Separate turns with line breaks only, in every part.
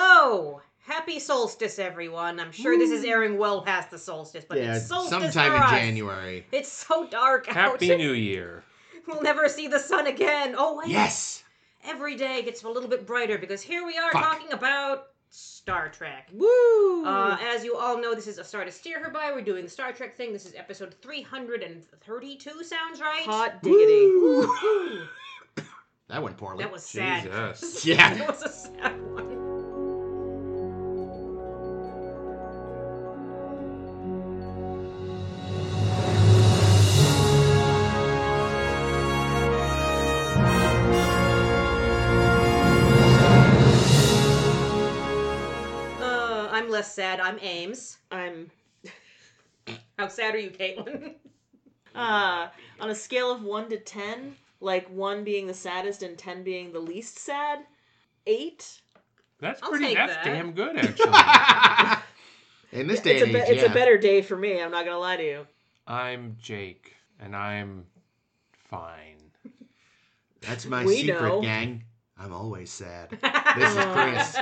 So, happy solstice, everyone. I'm sure this is airing well past the solstice, but
yeah,
it's solstice
sometime
for
in
us.
January.
It's so dark out.
Happy New Year.
we'll never see the sun again. Oh, wait.
Yes.
Every day gets a little bit brighter because here we are
Fuck.
talking about Star Trek.
Woo.
Uh, as you all know, this is a star to steer her by. We're doing the Star Trek thing. This is episode 332, sounds right?
Hot diggity.
Woo.
that went poorly.
That was sad.
Jesus.
Yeah.
that was a sad one. Uh, I'm less sad. I'm Ames.
I'm
How sad are you, Caitlin?
uh on a scale of one to ten, like one being the saddest and ten being the least sad, eight.
That's
I'll
pretty.
take
That's
that.
damn good, actually.
in this day
It's a,
and
be-
age,
it's
yeah.
a better day for me. I'm not gonna lie to you.
I'm Jake, and I'm fine.
That's my
We
secret,
know.
gang. I'm always sad. This is Chris.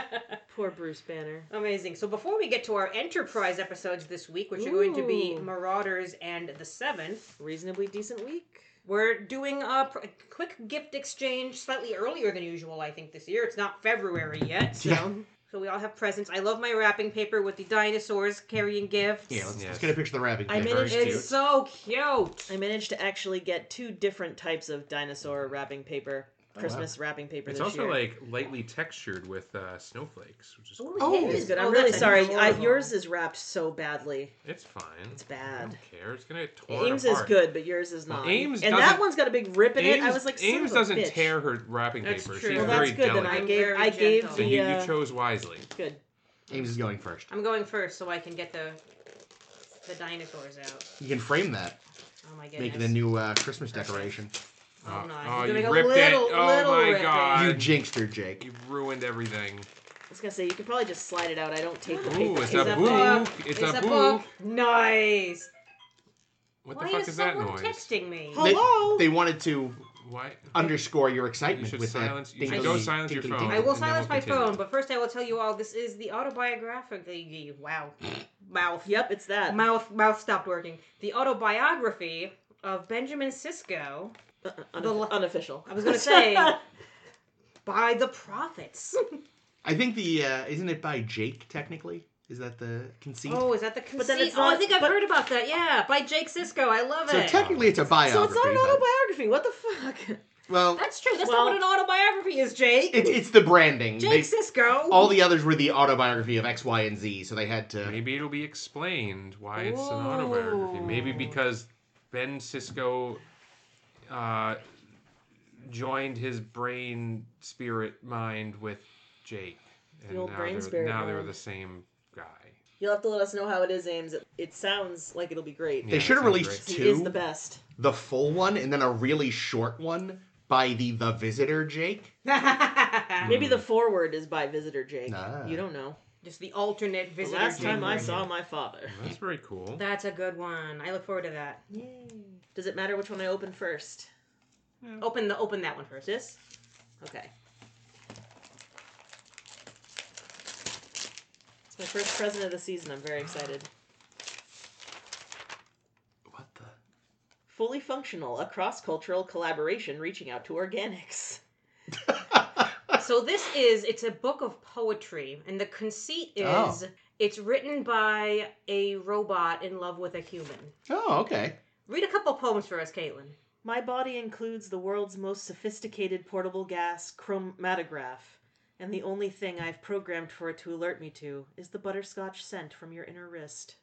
Poor Bruce Banner.
Amazing. So before we get to our Enterprise episodes this week, which are going to be
Ooh.
Marauders and the Seventh,
Reasonably decent week.
we're doing a pr- quick gift exchange slightly earlier than usual, I think, this year. It's not February yet, so,
Yeah.
so we all have presents. I love my wrapping paper with the dinosaurs carrying gifts.
Yeah, let's,
Yes.
let's get a picture of the rabbit.
I
there.
mean,
Very
it's
cute.
so cute.
I managed to actually get two different types of dinosaur wrapping paper, Christmas wrapping paper
It's
this
also
year.
like lightly textured with uh, snowflakes, which is
Ooh,
Oh,
it
It's
is
good.
Oh,
I'm really
that's
sorry. I,
adorable.
yours is wrapped so badly.
it's fine.
It's
I don't
bad.
care. It's gonna get torn
Ames is
apart.
good, but yours is
Well,
not.
Ames
and that
doesn't-
one's got a big rip in
Ames,
it. I was like, son
Ames
of a
doesn't
bitch.
tear her wrapping
That's
paper.
true.
She's
Well,
very
that's good. Then
delicate.
delicate.
I gave
Very
I gave
gentle.
So
the
you,
uh,
you chose wisely.
good.
Ames is going first.
I'm going first so I can get the the dinosaurs out.
You can frame that,
Oh my goodness.
make it a new uh, Christmas decoration.
Oh, no,
oh,
I'm
you
doing a
ripped
little,
it. Oh
little
my
ripping.
God.
You
I'm-
jinxed her, Jake.
You ruined everything.
I was gonna say you could probably just slide it out. I don't take the
Ooh,
paper. Oh,
it's
Is
a
that
book.
bad?
book. It's a book.
Nice.
What
Why
the fuck
is,
is that
someone
noise?
texting me?
Hello?
They, they wanted to
Why?
underscore your
You
excitement
should
with
silence.
that.
You should
dingly-
go silence your
dingly
phone.
I will
and then
silence
we'll
my
continue.
phone, but first I will tell you all this is the autobiography. Wow, mouth.
Yep, it's that.
Mouth. Mouth stopped working. The autobiography of Benjamin Sisko
Uh, uh,
The
unoffi-
la-
unofficial.
I was gonna say- by the prophets.
I think the uh, isn't it by Jake technically? Is that the conceit?
oh, is that the conceit?
But then it's
oh, I
not-
think I've
but-
heard about that. Yeah, by Jake Sisko. I love
so
it.
technically it's a biography.
so it's not an
but-
autobiography. What the fuck?
well,
That's true. That's
Well-
not what an autobiography is, Jake.
it's it's the branding.
Jake
They-
Sisko.
all the others were the autobiography of X, Y, and Z, so they had to.
Maybe it'll be explained why it's an autobiography. Maybe
Ooh.
because Ben Cisco uh, joined his brain, spirit, mind with Jake, and
old
now
brain
they're
spirit
now they're
mind.
the same guy.
You'll have to let us know how it is, Ames. It, it sounds like it'll be great.
Yeah,
They
that
should have
sounds
released
great.
He is
two.
the best.
the full one and then a really short one by the the visitor Jake.
Maybe the forward is by visitor Jake.
Ah.
You don't know.
Just the alternate
The
visitor.
last time I
Jake.
saw my father.
That's very cool.
That's a good one. I look forward to that.
Does it matter which one I open first?
Open the open that one first.
This? Okay. It's my first present of the season. I'm very excited.
What the?
Fully functional, a cross cultural collaboration reaching out to organics.
So this is it's a book of poetry, and the conceit is
Oh.
it's written by a robot in love with a human.
Oh, okay.
Read a couple poems for us, Caitlin.
My body includes the world's most sophisticated portable gas chromatograph, and the only thing I've programmed for it to alert me to is the butterscotch scent from your inner wrist.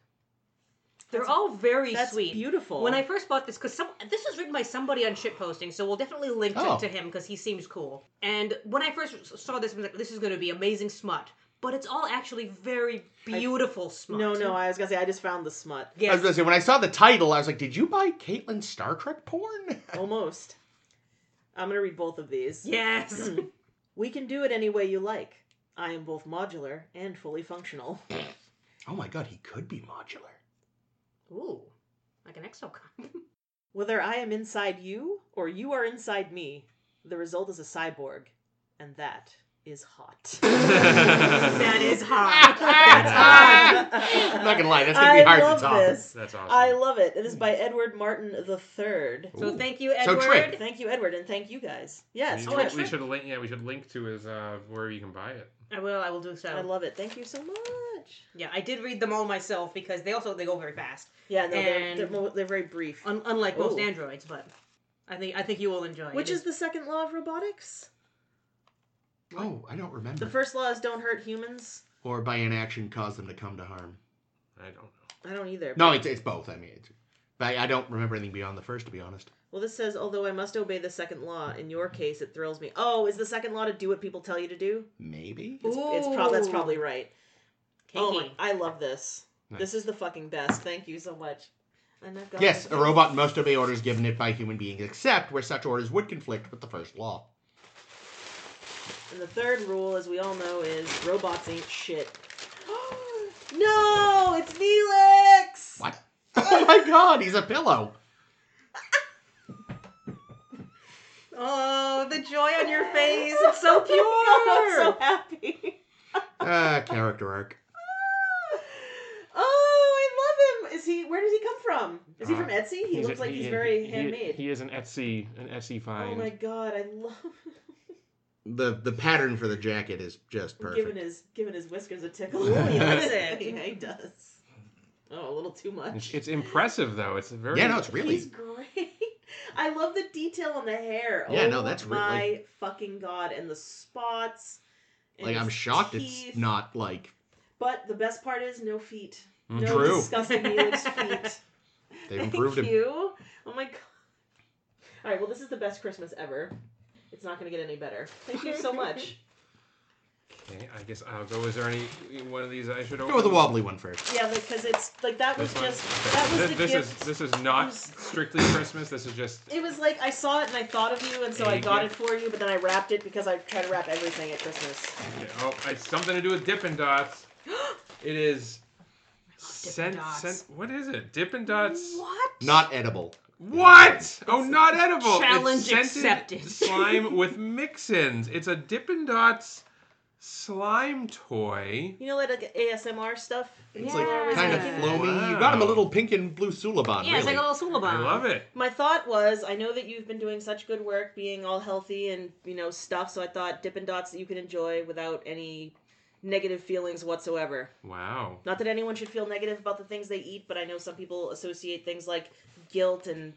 They're
That's-
all very
That's
sweet.
beautiful.
When I first bought this, because some this was written by somebody on shitposting, so we'll definitely link
Oh.
it to him because he seems cool. And when I first s- saw this, I was like, "This is going to be amazing smut," but it's all actually very beautiful smut.
no, no, I was gonna say I just found the smut.
I was
Yes.
gonna say when I saw the title, I was like, "Did you buy Caitlyn Star Trek porn?"
Almost. I'm gonna read both of these.
Yes.
We can do it any way you like. I am both modular and fully functional.
Oh my god, he could be modular.
Ooh, like an exocon.
Whether I am inside you or you are inside me, the result is a cyborg, and that is hot.
that is hard. That's hard.
I'm not gonna lie, that's gonna be
Ah, I
hard
love
to top.
this.
That's awesome.
I love it. It is by Edward Martin III.
So
Ooh.
thank you,
So
Edward.
trick.
Thank you, Edward, and thank you guys. Yes,
You
Oh,
know
a
what we
trip.
should link. Yeah, we should link to is uh, where you can buy it.
I will. I will do so.
I love it. Thank you so much.
yeah, I did read them all myself because they also they go very fast,
Yeah, no, they're,
And-
they're, mo- they're very brief.
un- unlike most
Ooh.
androids. But I think I think you will enjoy.
Which
it.
is the second law of robotics?
Oh, I don't remember.
The first law is don't hurt humans.
or by inaction cause them to come to harm.
I don't know.
I don't either.
No, it's it's both. I mean, it's, but I don't remember anything beyond the first, to be honest.
Well, this says, although I must obey the second law, in your case, it thrills me. Oh, is the second law to do what people tell you to do?
Maybe.
Ooh.
It's prob- that's probably right. Oh my,
Kinky.
I love this.
Nice.
This is the fucking best. Thank you so much. And I've got
Yes,
my-
a robot must obey orders given it by human beings, except where such orders would conflict with the first law.
And the third rule, as we all know, is robots ain't shit. no, it's Neelix.
What? Oh my god, he's a pillow.
Oh, the joy on your face. It's so pure.
I'm so happy.
Ah, character arc.
Oh, I love him. Is he? Where does he come from? Is he
Uh,
from Etsy? He
He's a-
looks like he's
he-
very
he-
handmade.
He, is an Etsy, an Etsy find.
oh my god, I love.
The the pattern for the jacket is just perfect.
Giving his giving his whiskers a tickle.
Ooh, he
likes it.
yeah, he does. Oh, a little too much.
It's, it's impressive though. It's very.
Yeah, no, it's really.
He's great. I love the detail on the hair.
Yeah,
oh,
no, that's really-
my fucking god, and the spots. and
Like I'm
his
shocked
teeth.
it's not like
But the best part is no feet.
Mm.
No
True.
disgusting Neelix feet.
they've
Thank
improved him.
you. Oh my god. All right. Well, this is the best Christmas ever. It's not going to get any better. Thank you so much.
Okay, I guess I'll go. Is there any one of these I should open?
Go with the wobbly one first.
yeah, because it's like that was
This one.
just
Okay.
that was
Thi-
the
this,
gift.
is this is not
was-
strictly Christmas. This is just.
It was like I saw it and I thought of you, and so I
Hey,
got
yeah.
it for you. But then I wrapped it because I try to wrap everything at Christmas.
Okay, oh, it's something to do with Dippin' Dots. It is. Scent,
Dots.
scent, what is it? Dippin' Dots.
What?
Not edible.
What? Oh, not edible.
Challenge
it's scented
accepted.
slime with mix-ins. It's a Dippin' Dots slime toy.
You know, like, like ASMR stuff.
It's
Yeah.
like kind of
Yeah.
floamy. You got him a
Wow.
little pink and blue Suliban.
Yeah, it's like a
really.
little syllable.
I love it.
My thought was, I know that you've been doing such good work, being all healthy and you know stuff. So I thought Dippin' Dots that you can enjoy without any negative feelings whatsoever.
Wow.
Not that anyone should feel negative about the things they eat, but I know some people associate things like guilt and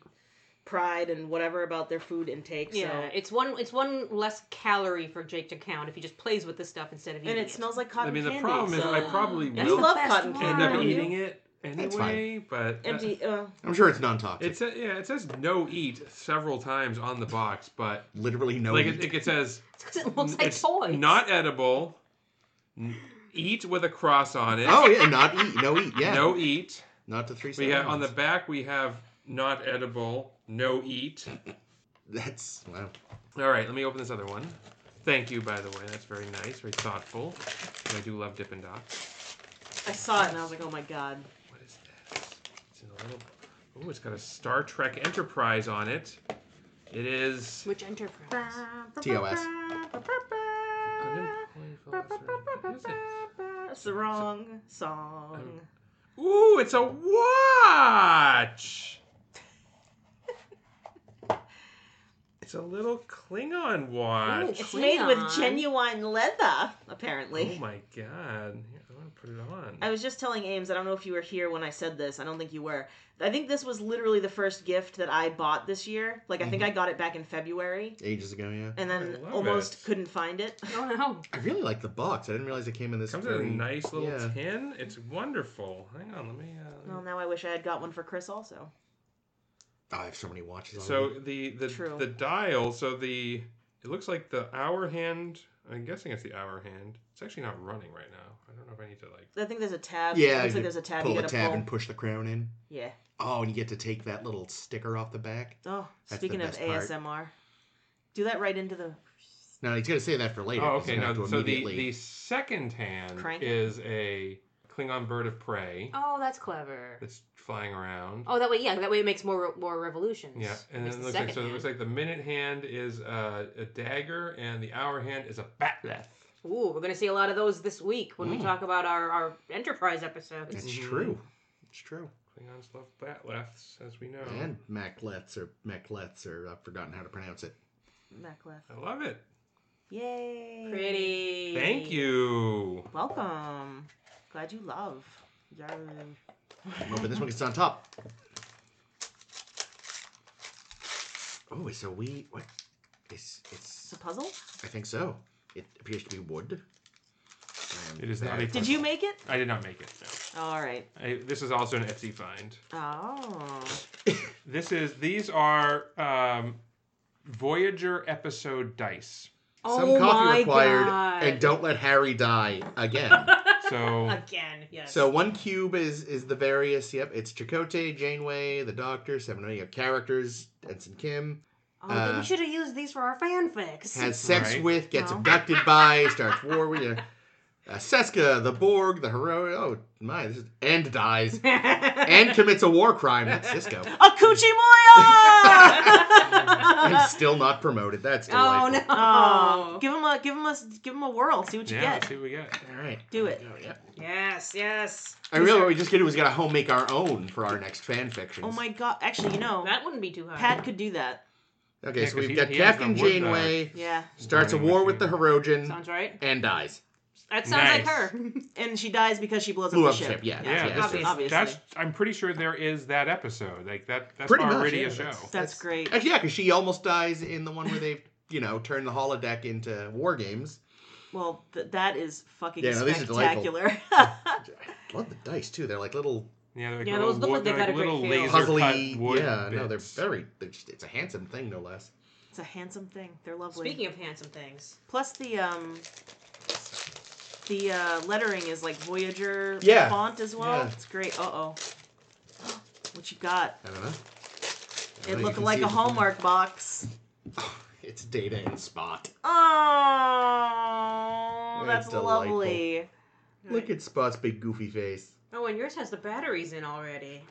pride and whatever about their food intake.
Yeah,
So.
it's one it's one less calorie for Jake to count if he just plays with this stuff instead of eating
And
it.
it smells like
I
cotton
mean, the
candy,
problem is
so-
I probably
That's
You
the
will
love
best
cotton
one.
candy,
end up
don't you?
eating it anyway, but
empty. Uh,
I'm sure it's
It
non-toxic.
says yeah, it says no eat several times on the box, but
Literally no.
like
meat.
it, it says
because it looks like
it's
toys.
not edible. n- Eat with a cross on it.
oh yeah, not eat. No eat. Yeah.
No eat.
Not to three.
We have on the
seconds.
back we have not edible, no eat.
That's wow.
All right, let me open this other one. Thank you, by the way. That's very nice, very thoughtful. And I do love Dippin' Dots.
I saw it and I was like, oh my god.
What is this? It's in a little. Oh, it's got a Star Trek Enterprise on it. It is.
Which enterprise?
TOS.
Unemployed Philosopher. What is it?
It's the wrong song.
Ooh, it's a watch. it's a little Klingon watch.
It's made
Klingon.
with genuine leather,
oh
apparently.
my god! Here, I want to put it on.
I was just telling Ames, I don't know if you were here when I said this. I don't think you were. I think this was literally the first gift that I bought this year. Like, I think
Mm-hmm.
I got it back in February
Ages ago, yeah.
and
I
then
love
almost
it.
couldn't find it.
Oh no.
I really like the box. I didn't realize it came in this.
It comes in a
very-
nice little
yeah.
tin. It's wonderful. Hang on, let me. Uh,
Well, now I wish I had got one for Chris also.
Oh, I have so many watches.
So
So
the the
True.
the dial. So the it looks like the hour hand. I'm guessing it's the hour hand. It's actually not running right now. I don't know if I need to like.
I think there's a tab.
yeah,
It looks
you
like there's a tab
pull
you
a
gotta
tab
pull.
and push the crown in.
Yeah.
Oh, and you get to take that little sticker off the back.
Oh,
That's the
speaking of
best part.
ASMR, do that right into the.
No, he's gonna say that for later.
Oh,
'cause
okay.
you have
No,
to
so the
immediately-
the second hand
Crank it.
is a Klingon bird of prey
Oh, that's clever.
that's flying around.
Oh, that way, yeah, that way it makes more more revolutions.
Yeah, and then
Makes
it
the
looks like
second
so. It
hand.
uh, looks like Mm. the minute hand is a, a dagger, and the hour hand is a batleth.
Ooh, we're gonna see a lot of those this week when we talk about our, our Enterprise episodes.
It's true. It's true.
Klingons love bat lefts, as we know.
And Maclets or Maclets or I've forgotten how to pronounce it.
Macleth.
I love it.
Yay.
Pretty.
Mm. Thank you.
Welcome. Glad you love. Yay.
I'm hoping this one gets on top. Oh, so we what? It's
It's
it's.
a puzzle?
I think so. It appears to be wood. Um, And
It is not a
that-
puzzle.
Did you make it?
I did not make it. No.
All right.
I, this is also an Etsy find.
Oh.
This is these are um, Voyager episode dice.
Some
oh my
coffee required,
God.
and don't let Harry die again.
So
Again, yes.
so one cube is is the various. Yep, it's Chakotay, Janeway, the Doctor, seven of eight characters, Ensign Kim
oh, then
uh,
we should have used these for our fanfics.
has sex
Right.
with, gets
No.
abducted by, starts war with. You know, uh, Seska, the Borg, the hero. Oh my! This is, and dies and commits a war crime. That's Cisco.
Akuchimoya!
and still not promoted. That's delightful.
oh no.
oh, give him a give him a give him a whirl. See what you
yeah, let's
get.
see what we get.
All right.
Do it.
Oh, yeah.
yes, yes.
I really what we just did was gotta home make our own for our next fan fiction.
Oh my god! Actually, you know,
That wouldn't be too hard.
Pat could do that.
Okay,
Yeah,
so
'cause
we've
he-
got
he has
Captain
the wood
Janeway
Yeah,
starts a
Burning
war with the
machine.
Herogen
sounds right.
and dies.
That sounds like
Nice.
her.
and she dies because she blows
Blew
up
up
the ship.
ship. Yeah,
Yeah,
that's, yeah, that's
obvious.
it.
Obviously.
That's I'm pretty sure there is that episode. Like that that's
Pretty much,
already
yeah,
a show.
that's-
That's great.
Actually, yeah, because she almost dies in the one where they, you know, turn the holodeck into war games.
Well, th- that is fucking
Yeah, no, these are delightful.
spectacular.
I love the dice too. They're like little
Yeah, they're like
Yeah,
little
those look like
wood,
they got a great
little
feel.
laser
puzzly.
cut wood.
Yeah, no, they're
bits.
very. They're just, it's a handsome thing, no less.
it's a handsome thing. They're lovely.
Speaking of handsome things,
Plus the um the uh, lettering is like Voyager
Yeah.
font as well.
Yeah.
It's great. Uh oh. What you got?
I don't know. I don't know, you
It looked
can
like
see
a
it.
Hallmark box.
It's data and spot.
Oh,
That's
that's
delightful.
lovely.
Look at Spot's big goofy face.
oh, and yours has the batteries in already.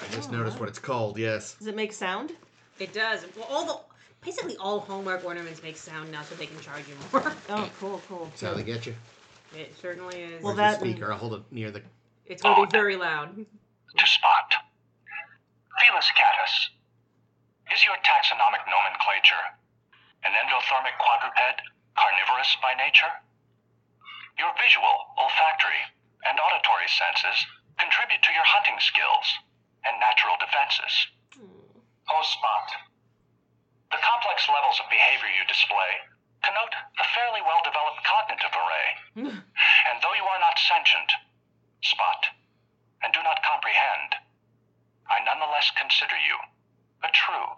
I just
Oh,
noticed
wow.
what it's called. Yes.
Does it make sound?
It does. Well, all the basically all Hallmark ornaments make sound now, so they can charge you more.
Oh, cool, cool.
That's how they get you.
It certainly is.
Well,
Where's
that-
the speaker. I'll hold it near the.
it's
Oh,
going to be very loud.
to spot. Felis catus. Is your taxonomic nomenclature an endothermic quadruped, carnivorous by nature? Your visual, olfactory, and auditory senses contribute to your hunting skills and natural defenses. Oh, Spot. The complex levels of behavior you display connote a fairly well developed cognitive array. and though you are not sentient, Spot, and do not comprehend, I nonetheless consider you a true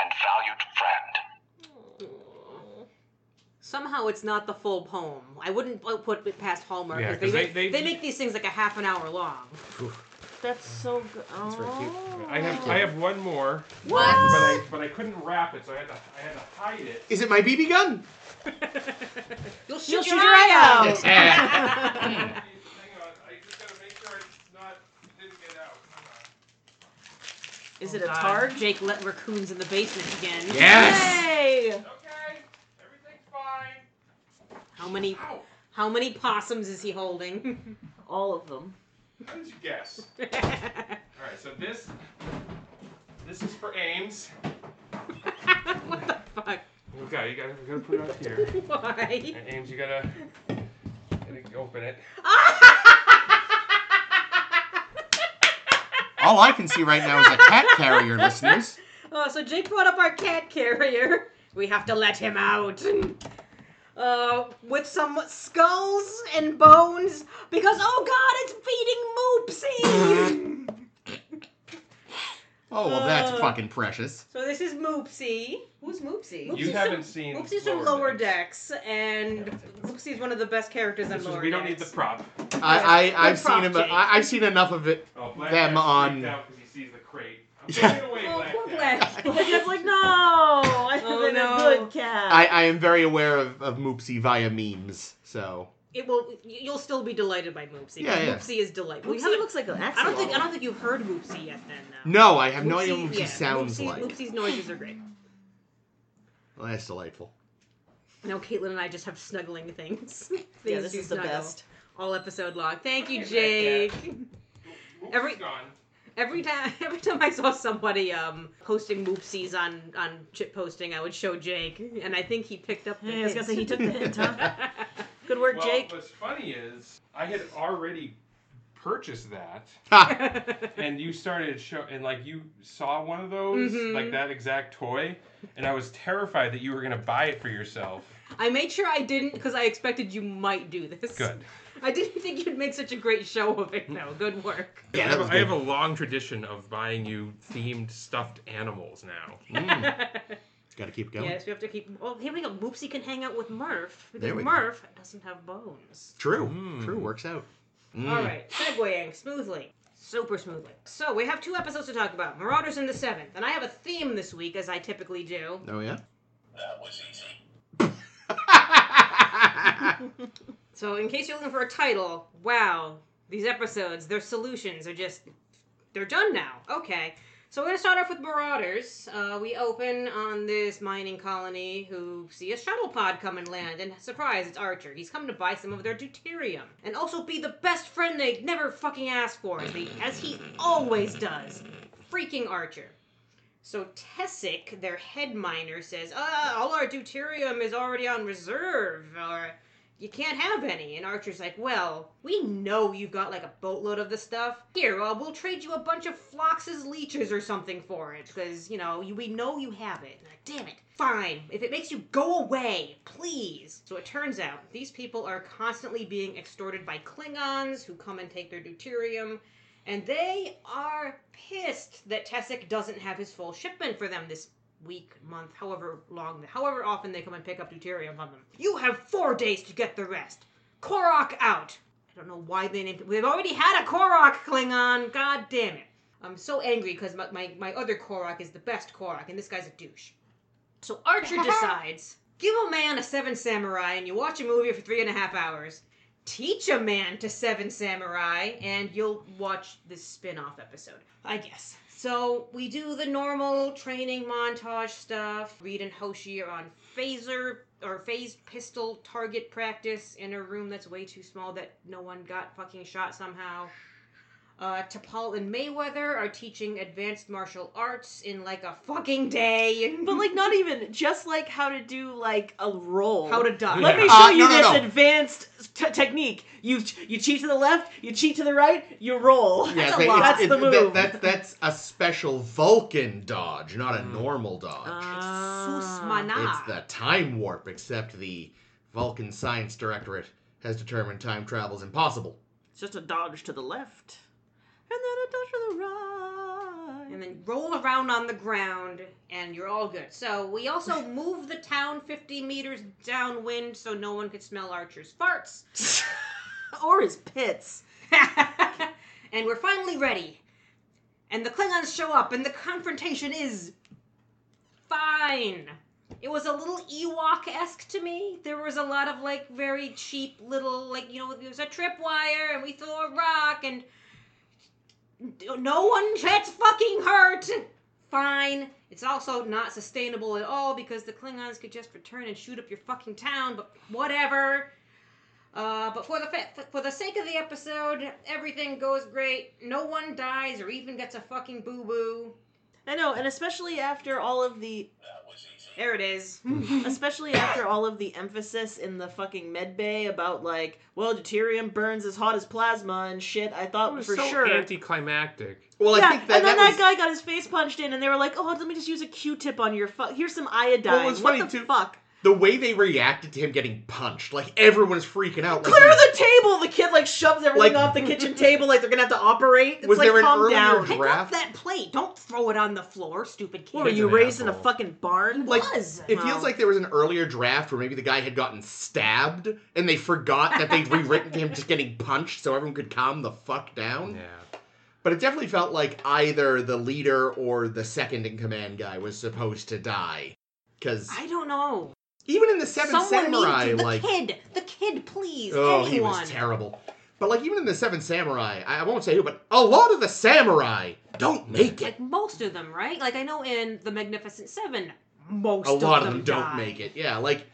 and valued friend.
Somehow it's not the full poem. I wouldn't pu- put it past Hallmark
Yeah,
because
'cause
they,
they-
make- they
they-
make these things like a half an hour long.
That's so good. Oh.
very cute.
I have I have one more.
What?
But I but I couldn't wrap it, so I had to I had to hide it.
Is it my BB gun?
You'll shoot,
You'll
your, eye out.
Hang on, I just gotta make sure it's not it didn't get out.
Is
Is
it
Oh,
a targe?
Jake let raccoons in the basement again.
Yes.
Yay!
Okay, everything's fine.
How many? How many possums is he holding?
All of them.
How did you guess?
what
All right, so this this is for Ames.
the fuck?
Okay, you gotta, you gotta put it up here.
Why?
And Ames, you gotta, gotta open it.
All I can see right now is a cat carrier, listeners.
Oh, so Jake brought up our cat carrier. We have to let him out. Uh, with some skulls and bones, because oh god, it's feeding Moopsy.
Oh well, that's
Uh.
fucking precious.
so this is Moopsy. Who's Moopsy?
You
Moopsy's
haven't
from,
seen.
Moopsy's from Lower Decks, and Moopsy's one of the best characters on
This is,
Lower
we don't need
Decks.
the prop.
I, I I've
Good prop,
seen him.
Jake.
I, I've seen enough of it.
Oh, Black
Them
Cat's
on-
freaked out 'cause he sees the crate. I'm
Yeah.
taking it away,
Oh,
Black
poor
Cat.
Black.
It's like, no! I
Oh,
been
no.
a good cat.
I, I am very aware of, of Moopsy via memes. So
It will. You'll still be delighted by Moopsy.
Yeah, yeah.
Moopsy is delightful.
Well,
You
he
haven't-
looks like an
I don't think. I
axolotl.
don't think you've heard Moopsy yet. Then though.
no, I have no idea
Moopsy-
what Moopsy
yeah,
sounds
Moopsy-
like.
Moopsy's noises are great.
Well, that's delightful.
No, Caitlin and I just have snuggling things.
yeah,
Things
this
do
is the
snuggle.
best.
All episode long. Thank you,
Okay,
Jake. Every-
Every gone.
Every time, every time I saw somebody um posting moopsies on on chip posting, I would show Jake, and I think he picked up. The
Yeah, I was gonna
hint.
say he took the hint, huh? Good work,
Well,
Jake.
what's funny is I had already purchased that,
Ha!
and you started show and like you saw one of those,
Mhm.
like that exact toy, and I was terrified that you were gonna buy it for yourself.
I made sure I didn't because I expected you might do this.
Good.
I didn't think you'd make such a great show of it, though.
Mm.
Good work.
Yeah,
I,
that
have,
was
I have
good.
a long tradition of buying you themed stuffed animals now.
Mm. Gotta keep going.
yes, we have to keep. Oh, here we go. Moopsy can hang out with Murph because
There we go.
Murph doesn't have bones.
True.
Mm.
True. Works out. Mm.
All right, segueing smoothly. Super smoothly. So, we have two episodes to talk about Marauders and the Seventh. And I have a theme this week, as I typically do.
Oh yeah.
That was easy.
So, in case you're looking for a title, wow, these episodes, their solutions are just. They're done now. Okay. So, we're going to start off with Marauders. Uh, we open on this mining colony who see a shuttle pod come and land, and surprise, it's Archer. He's come to buy some of their deuterium and also be the best friend they'd never fucking asked for, as he- as he always does. Freaking Archer. So Tessic, their head miner, says, uh, all our deuterium is already on reserve, or you can't have any. And Archer's like, well, we know you've got like a boatload of this stuff. Here, uh, we'll trade you a bunch of Phlox's leeches or something for it, because, you know, you, we know you have it. And like, damn it. Fine. If it makes you go away, please. So it turns out these people are constantly being extorted by Klingons who come and take their deuterium. And they are pissed that Tessic doesn't have his full shipment for them this week, month, however long, however often they come and pick up deuterium from them. You have four days to get the rest. Korok out. I don't know why they named it. We've already had a Korok Klingon. God damn it. I'm so angry because my, my, my other Korok is the best Korok, and this guy's a douche. So Archer decides give a man a Seven Samurai, and you watch a movie for three and a half hours teach a man to seven samurai and you'll watch this spin-off episode i guess so we do the normal training montage stuff reed and hoshi are on phaser or phased pistol target practice in a room that's way too small that no one got fucking shot somehow uh, T'Pol and Mayweather are teaching advanced martial arts in like a fucking day.
But like, not even just like how to do like a roll.
how to duck.
Let me show
Uh,
you
no, no,
this
no.
advanced t- technique. You you cheat to the left, you cheat to the right, you roll.
Yeah,
that's
they-
a lot.
it's-
That's the
it- that-
move.
that- that's a special Vulcan dodge, not a
Mm.
normal dodge.
Uh,
Susmana.
It's the time warp, except the Vulcan Science Directorate has determined time travel is impossible.
It's just a dodge to the left, and then a dodge to the right.
and then roll around on the ground and you're all good so we also move the town 50 meters downwind so no one could smell archer's farts
or his pits.
and we're finally ready and the klingons show up and the confrontation is fine it was a little ewok-esque to me there was a lot of like very cheap little like you know it was a tripwire and we threw a rock and no one gets fucking hurt. Fine. It's also not sustainable at all because the Klingons could just return and shoot up your fucking town, but whatever. Uh, but for the fa- for the sake of the episode, everything goes great. No one dies or even gets a fucking boo boo.
I know, and especially after all of the,
That was easy.
There it is.
especially after all of the emphasis in the fucking med bay about like, well, deuterium burns as hot as plasma and shit. I thought
It was
Oh, for
so
sure.
anticlimactic.
Well,
yeah,
I think that,
and then that,
was,
guy got his face punched in, and they were like, "Oh, let me just use a Q-tip on your fuck. Here's some iodine.
Well, it was funny,
what the
too.
fuck?
the way they reacted to him getting punched. Like everyone is freaking out. Like,
Clear the table. The kid like shoves everything
Like-
off the kitchen table, like they're gonna have to operate. It's
Was
like
there an
calm
earlier
down.
Pick
Draft.
up that plate. Don't throw it on the floor, stupid kid.
What were
He's
you
an
raised in a
asshole.
fucking barn?
Like,
was.
It
Wow.
feels like there was an earlier draft where maybe the guy had gotten stabbed and they forgot that they'd rewritten him just getting punched so everyone could calm the fuck down.
Um,
Yeah.
But it definitely felt like either the leader or the second in command guy was supposed to die. Because
I don't know.
even in the Seven
Someone
Samurai,
needs the
like.
kid. The kid, please.
Oh,
Anyone.
he was terrible. But like even in the Seven Samurai, I, I won't say who, but a lot of the samurai don't make it.
like most of them, right? Like I know in the Magnificent Seven, most
a lot
of them,
don't
die.
make it. Yeah, like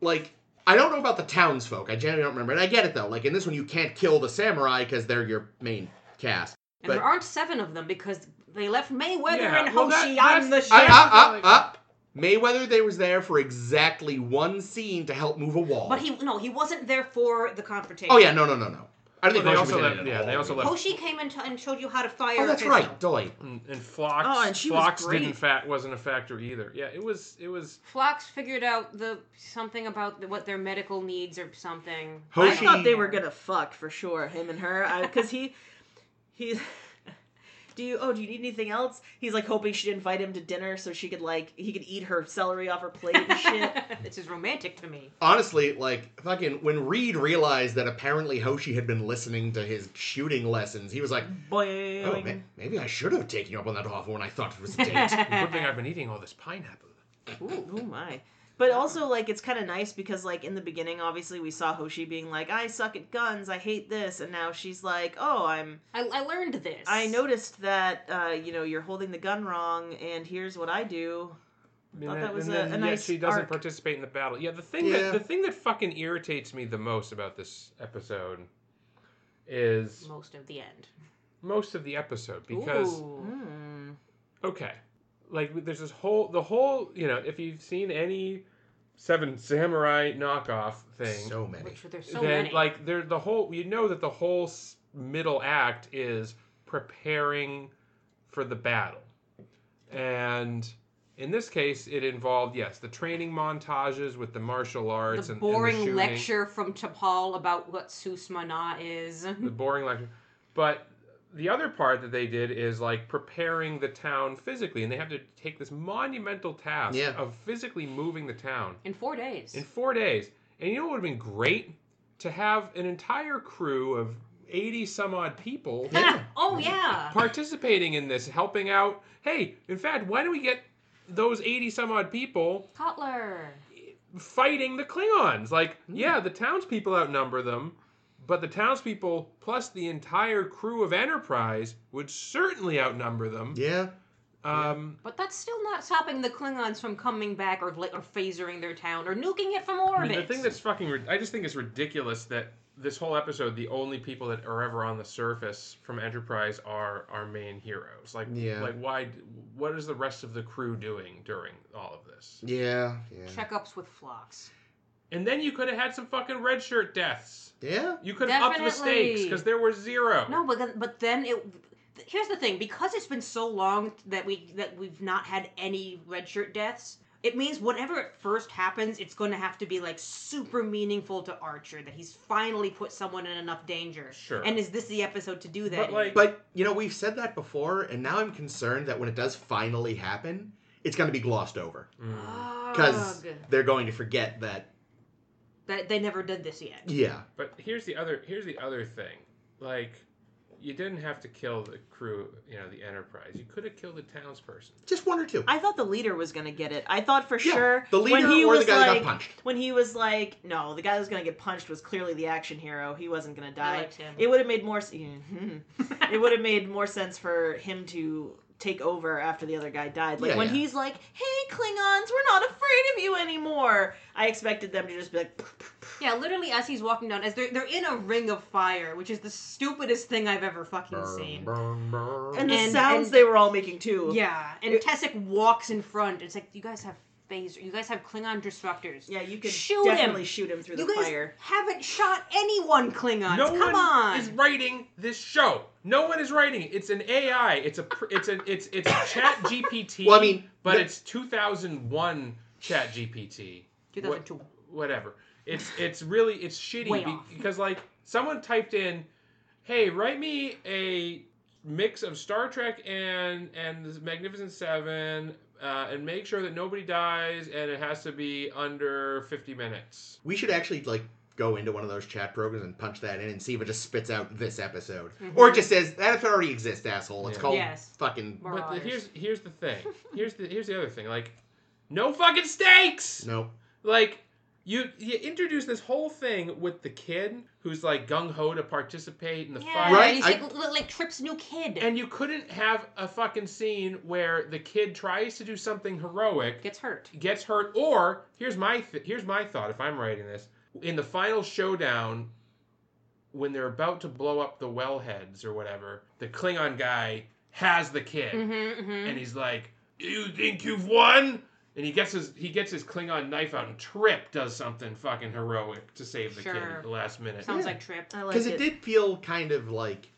like I don't know about the townsfolk. I genuinely don't remember, and I get it though. Like in this one, you can't kill the samurai because they're your main cast.
And there
But-
aren't seven of them because they left Mayweather
Yeah,
and
well, that-
Hoshi on the
that's-
ship.
Up, up, up,
Like-
up. Mayweather, they was there for exactly one scene to help move a wall.
but he no, he wasn't there for the confrontation.
Oh yeah, no, no, no, no. I don't think
Well, they
Hoshi
also
was in
left-
it at
yeah,
all,
they also
really.
left-
Hoshi came and, t- and showed you how to fire.
Oh, that's
a
right,
pistol.
Doi.
And, and Phlox,
Oh, and she was
Phlox
great.
didn't fat wasn't a factor either. Yeah, it was it was
Flox figured out the something about the, what their medical needs or something.
I
Hoshi-
thought they were gonna fuck for sure, him and her, because he,
He's. Do you? Oh, do you need anything else? He's like hoping she'd invite him to dinner so she could like he could eat her celery off her plate and shit.
it's just romantic to me.
Honestly, like fucking when Reed realized that apparently Hoshi had been listening to his shooting lessons, he was like,
Boing.
"Oh, ma- maybe I should have taken you up on that offer when I thought it was a date."
good thing I've been eating all this pineapple.
Ooh, oh my. But also, like, it's kind of nice because, like, in the beginning, obviously, we saw Hoshi being like, I suck at guns, I hate this. And now she's like, oh, I'm.
I, I learned this.
I noticed that, uh, you know, you're holding the gun wrong, and here's what I do.
I mean,
Thought that was
and
a-
then,
a
yet
nice
she doesn't
arc.
participate in the battle. Yeah, the thing
Yeah.
that the thing that fucking irritates me the most about this episode is
most of the end
most of the episode because
Ooh.
Hmm.
okay, like there's this whole the whole you know if you've seen any Seven Samurai knockoff thing,
so
Mm.
many.
which were- there's so
then
many.
like there the whole you know that the whole s- middle act is preparing for the battle and in this case it involved yes the training montages with the martial arts
the
and- and,
boring
the shooting,
lecture from Tapal about what susmana is.
the boring lecture but the other part that they did is like preparing the town physically and they have to take this monumental task
Yeah.
of physically moving the town
In four days.
in four days. And you know what would have been great? To have an entire crew of 80 some odd people
Yeah.
oh yeah.
participating in this, helping out. Hey, in fact, why don't we get those 80 some odd people
Cutler.
fighting the Klingons? Like, yeah, the townspeople outnumber them, but the townspeople plus the entire crew of Enterprise would certainly outnumber them.
Yeah.
Um,
But that's still not stopping the Klingons from coming back or li- or phasering their town or nuking it from
I
orbit.
mean, the thing that's fucking, rid- I just think it's ridiculous that this whole episode, the only people that are ever on the surface from Enterprise are our main heroes. Like,
Yeah.
like why? What is the rest of the crew doing during all of this?
Yeah. Yeah.
checkups with flocks.
And then you could have had some fucking red shirt deaths.
Yeah.
You could have upped the stakes
Definitely.
because there were zero.
No, but then- but then it. th- Here's the thing: because it's been so long that we that we've not had any red shirt deaths, it means whatever at first happens, it's going to have to be like super meaningful to Archer that he's finally put someone in enough danger.
Sure.
And is this the episode to do that?
But, like-
But you know, we've said that before, and now I'm concerned that when it does finally happen, it's going to be glossed over
Mm.
because
Ugh.
they're going to forget that.
that they never did this yet.
Yeah.
But here's the other here's the other thing. Like, you didn't have to kill the crew, you know, the Enterprise. You could have killed the townsperson.
Just one or two.
I thought the leader was going to get it. I thought for
Yeah,
sure.
the leader
when he
or the
was
guy that got
like-
punched.
When he was like, no, the guy that was going to get punched was clearly the action hero. He wasn't going to die.
I liked him.
It would have made more. s- Mhm. it would have made more sense for him to take over after the other guy died. Like
Yeah,
when
yeah.
he's like, "Hey Klingons, we're not afraid of you anymore." I expected them to just be like,
Yeah, literally as he's walking down, as they're they're in a ring of fire, which is the stupidest thing I've ever fucking seen.
Burn, burn, burn.
and the
And-
sounds
and-
they were all making too.
Yeah, and Tessic walks in front. It's like you guys have phaser, you guys have Klingon disruptors.
yeah, you could
Shoot
definitely
him.
shoot him through
You
the
guys
fire.
haven't shot anyone Klingons.
No
Come
one
on.
is writing this show. No one is writing it. It's an AI. It's a pr- it's an it's it's Chat GPT.
Well, I mean,
but
the-
it's 2001 Chat GPT.
2002.
whatever. It's it's really it's shitty
Way
be-
off.
because like someone typed in, "Hey, write me a mix of Star Trek and and the Magnificent Seven, uh, and make sure that nobody dies, and it has to be under 50 minutes."
We should actually like go into one of those chat programs and punch that in and see if it just spits out this episode,
Mm-hmm.
or it just says that episode already exists, asshole. It's
Yeah.
called
Yes.
fucking
Mar-
But the,
Marauders.
here's here's the thing. Here's the here's the other thing. Like, no fucking stakes.
no.
Like, You you introduce this whole thing with the kid who's like gung ho to participate in the
Yeah,
fight.
Right,
He's
I-
like, li- like Tripp's new kid.
And you couldn't have a fucking scene where the kid tries to do something heroic,
gets hurt.
gets hurt, or here's my th- here's my thought. If I'm writing this, in the final showdown, when they're about to blow up the wellheads or whatever, the Klingon guy has the kid,
Mm-hmm,
and he's like, "You think you've won?" And he gets his he gets his Klingon knife out, and Trip does something fucking heroic to save the kid
Sure.
at the last minute.
Sounds
Yeah.
like Trip.
I like
Because it did feel kind of like.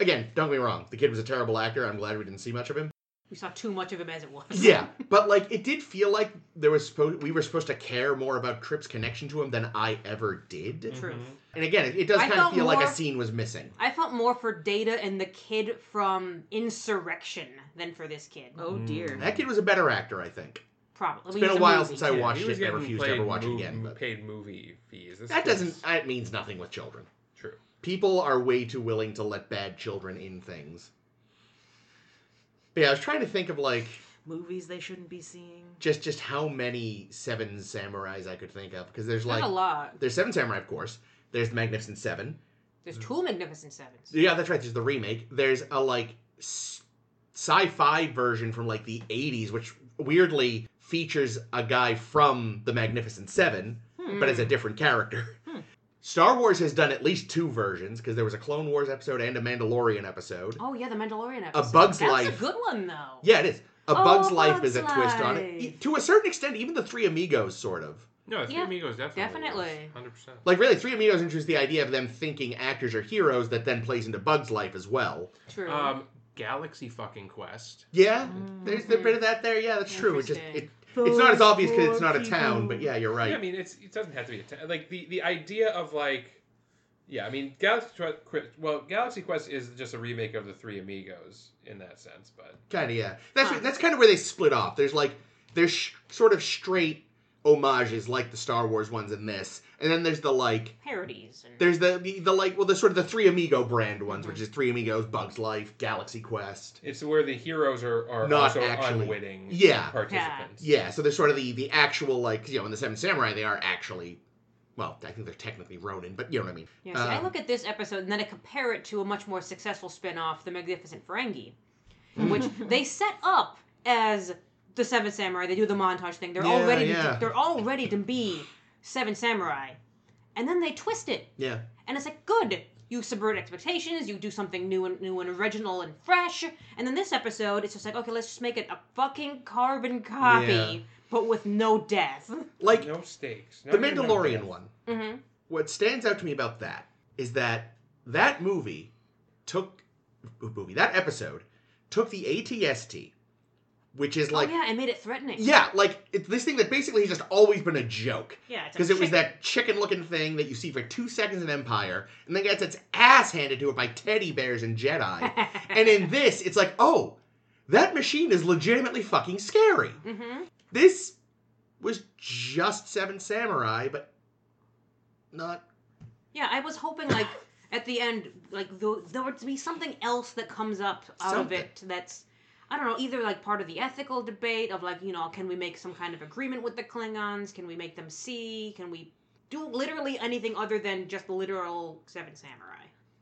Again, don't get me wrong. The kid was a terrible actor. I'm glad we didn't see much of him.
We saw too much of him as it was.
Yeah, but like it did feel like there was supposed we were supposed to care more about Tripp's connection to him than I ever did.
Truth.
Mm-hmm.
And again, it, it does
I
kind of
felt
feel like a
more-
scene was missing.
I felt more for Data and the kid from Insurrection than for this kid.
Oh dear.
That kid was a better actor, I think.
Probably.
It's been a while since I
Yeah,
watched
he
it.
was
and I
getting
refused to
paid
ever watch it
mov-
again. But
Paid movie fees. This
that
kid's-
doesn't. That means nothing with children.
True.
People are way too willing to let bad children in things. But yeah, I was trying to think of like
Movies they shouldn't be seeing.
just just how many Seven Samurais I could think of because there's
Not
like
a lot.
there's Seven Samurai of course. There's the Magnificent Seven.
There's two Magnificent Sevens.
Mm. Yeah, that's right. There's the remake. There's a like s- sci-fi version from like the '80s, which weirdly features a guy from the Magnificent Seven,
Mm.
but
Hmm.
as a different character. Star Wars has done at least two versions because there was a Clone Wars episode and a Mandalorian episode.
Oh yeah, the Mandalorian episode.
Bug's
that
Life.
was a good one though.
Yeah, it is. A
Oh,
Bug's
A
Life
Bug's
is a twist on it. E-
Life.
To a certain extent, even the Three Amigos, sort of.
No, the Three
Yeah,
Amigos definitely.
definitely.
Hundred percent.
Like, really, Three Amigos introduced the idea of them thinking actors are heroes that then plays into Bug's Life as well.
True.
Um, Galaxy fucking Quest.
Yeah, there's a
Hmm.
bit of that there. Yeah, that's true. It just it,
Interesting.
it's not as obvious because it's not a town, but yeah, you're
Yeah, I
right.
mean, it's it doesn't have to be a ta- like the the idea of like, yeah, I mean, Galaxy Twe- Quest. Well, Galaxy Quest is just a remake of the Three Amigos in that sense, but
Kind of yeah. That's that's kind of where they split off. There's like there's sh- sort of straight homages like the Star Wars ones in this, and then there's the like
Parodies. And...
there's the the, the like well the sort of the Three Amigo brand ones, which is Three Amigos, Bugs Life, Galaxy Quest.
it's where the heroes are are
Not
also
actually.
unwitting
Yeah.
participants.
Yeah, so there's sort of the the actual like you know in the Seven Samurai they are actually. Well, I think they're technically Ronin, but you know what I mean.
Yeah, see, I
Um,
look at this episode and then I compare it to a much more successful spin-off, The Magnificent Ferengi,
Hmm.
which they set up as the Seven Samurai. They do the montage thing. They're all
Yeah,
ready.
yeah.
To, they're all ready to be Seven Samurai, and then they twist it,
Yeah.
and it's like good. You subvert expectations. You do something new and new and original and fresh. And then this episode, it's just like okay, let's just make it a fucking carbon copy,
Yeah.
but with no death.
Like
No stakes.
the
Not even
Mandalorian
that.
one.
Mm-hmm.
what stands out to me about that is that that movie took movie that episode took the ATST, which is like
oh yeah, it made it threatening.
yeah, like it's this thing that basically has just always been a joke
yeah, it's a
because it was
chicken.
that chicken-looking thing that you see for two seconds in Empire, and then gets its ass handed to it by teddy bears and Jedi. and in this, it's like oh, that machine is legitimately fucking scary.
Mm-hmm.
This was just Seven Samurai, but not
Yeah, I was hoping like at the end, like th- there would be something else that comes up out
Something.
of it that's I don't know, either like part of the ethical debate of like you know, can we make some kind of agreement with the Klingons? Can we make them see? Can we do literally anything other than just literal Seven Samurai?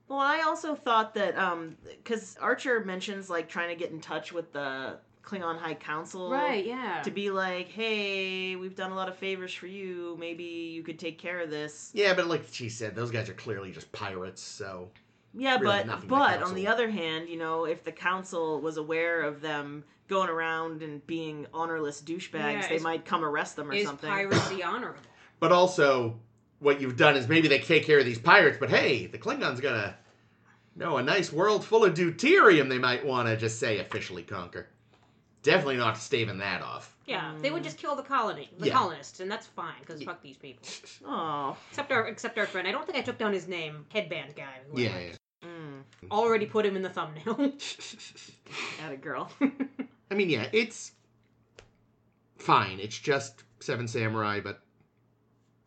Well, I also thought that um cuz Archer mentions like trying to get in touch with the Klingon High Council
Right? Yeah.
to be like, "Hey, we've done a lot of favors for you. Maybe you could take care of this."
Yeah, but like she said, those guys are clearly just pirates, so
Yeah,
Really
but
nothing to
but on
counsel.
the other hand, you know, if the council was aware of them going around and being honorless douchebags,
Yeah,
they
is-
might come arrest them or
Is
something.
piracy honorable?
but also what you've done is maybe they take care of these pirates, but hey, the Klingons gonna know a nice world full of deuterium they might wanna just say officially conquer. Definitely not staving that off.
Yeah, they would just kill the colony, the
Yeah.
colonists, and that's fine because fuck these people.
oh.
Except our except our friend. I don't think I took down his name. Headband guy. who I
Yeah,
liked.
yeah.
Mm,
Already put him in the thumbnail.
at a girl.
I mean yeah, it's fine. It's just Seven Samurai, but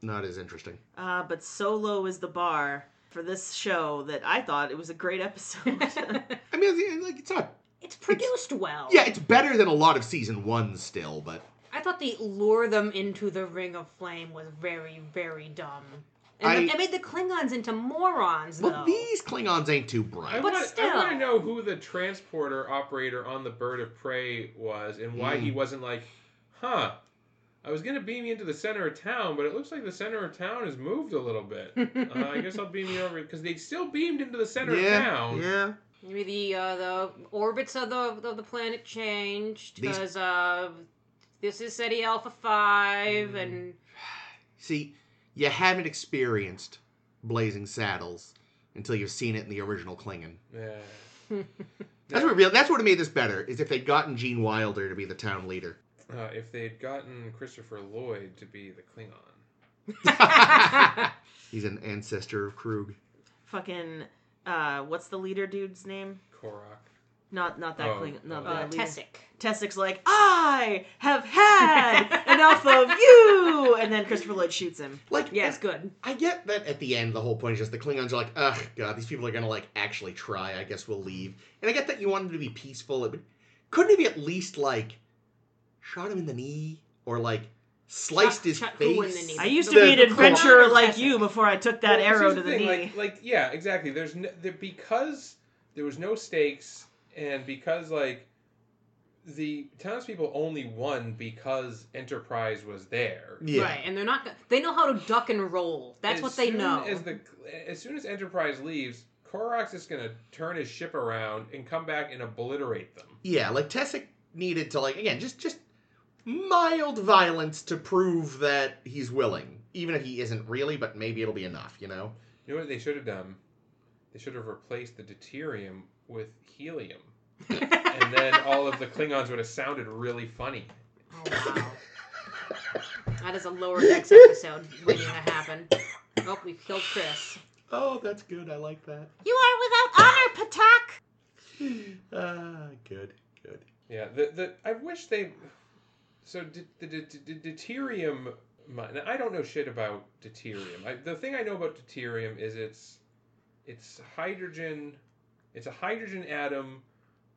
not as interesting.
Uh, but so low is the bar for this show that I thought it was a great episode.
I mean, it's- like it's not.
It's produced well.
Yeah, it's better than a lot of season one still, but
I thought the lure them into the ring of flame was very, very dumb. And
I-
the- it made the Klingons into morons, though.
Well, these Klingons ain't too bright.
I
But
want,
still.
I want to know who the transporter operator on the bird of prey was and why
Mm.
he wasn't like, huh, I was going to beam you into the center of town, but it looks like the center of town has moved a little bit. uh, I guess I'll beam you over because they still beamed into the center
yeah,
of town.
yeah.
Maybe the uh, the orbits of the of the planet changed
These-
because uh, this is SETI Alpha Five,
Mm.
and uh,
See, you haven't experienced Blazing Saddles until you've seen it in the original Klingon.
Yeah.
That's what real. That's what made this better is if they'd gotten Gene Wilder to be the town leader.
Uh, if they'd gotten Christopher Lloyd to be the Klingon.
He's an ancestor of Krug.
Fucking uh, what's the leader dude's name?
Korok.
Not not that
Oh,
Kling, not
oh.
uh,
that leader.
Tessic.
Tessik's like, I have had enough of you, and then Christopher Lloyd shoots him.
Like,
Yeah, it's good.
I get that at the end, the whole point is just the Klingons are like, ugh, God, these people are gonna like actually try. I guess we'll leave. And I get that you wanted to be peaceful. It would, couldn't have you at least like shot him in the knee or like sliced
Shot-
his
shot who
face?
in the knee?
I used to
The-
be an
the
adventurer
corner.
like you before I took that
Well,
arrow
here's
to the
thing,
knee.
Like, like, yeah, exactly. There's no, there, because there was no stakes, and because like the townspeople only won because Enterprise was there.
Yeah.
Right, and they're not. go- They know how to duck and roll. That's
As
what they
soon
know.
As the as soon as Enterprise leaves, Korok's is gonna turn his ship around and come back and obliterate them.
Yeah, like Tessic needed to like again just just mild violence to prove that he's willing, even if he isn't really, but maybe it'll be enough, you know.
You know what they should have done? They should have replaced the deuterium with helium, and then all of the Klingons would have sounded really funny.
Oh, wow. that is a lower decks episode waiting to happen. Oh, we killed Chris.
Oh, that's good. I like that.
You are without honor, Patak.
Ah, good, good.
Yeah, the the I wish they. So d- the d- d- d- deuterium. mi- now, I don't know shit about deuterium. I, the thing I know about deuterium is it's it's hydrogen. It's a hydrogen atom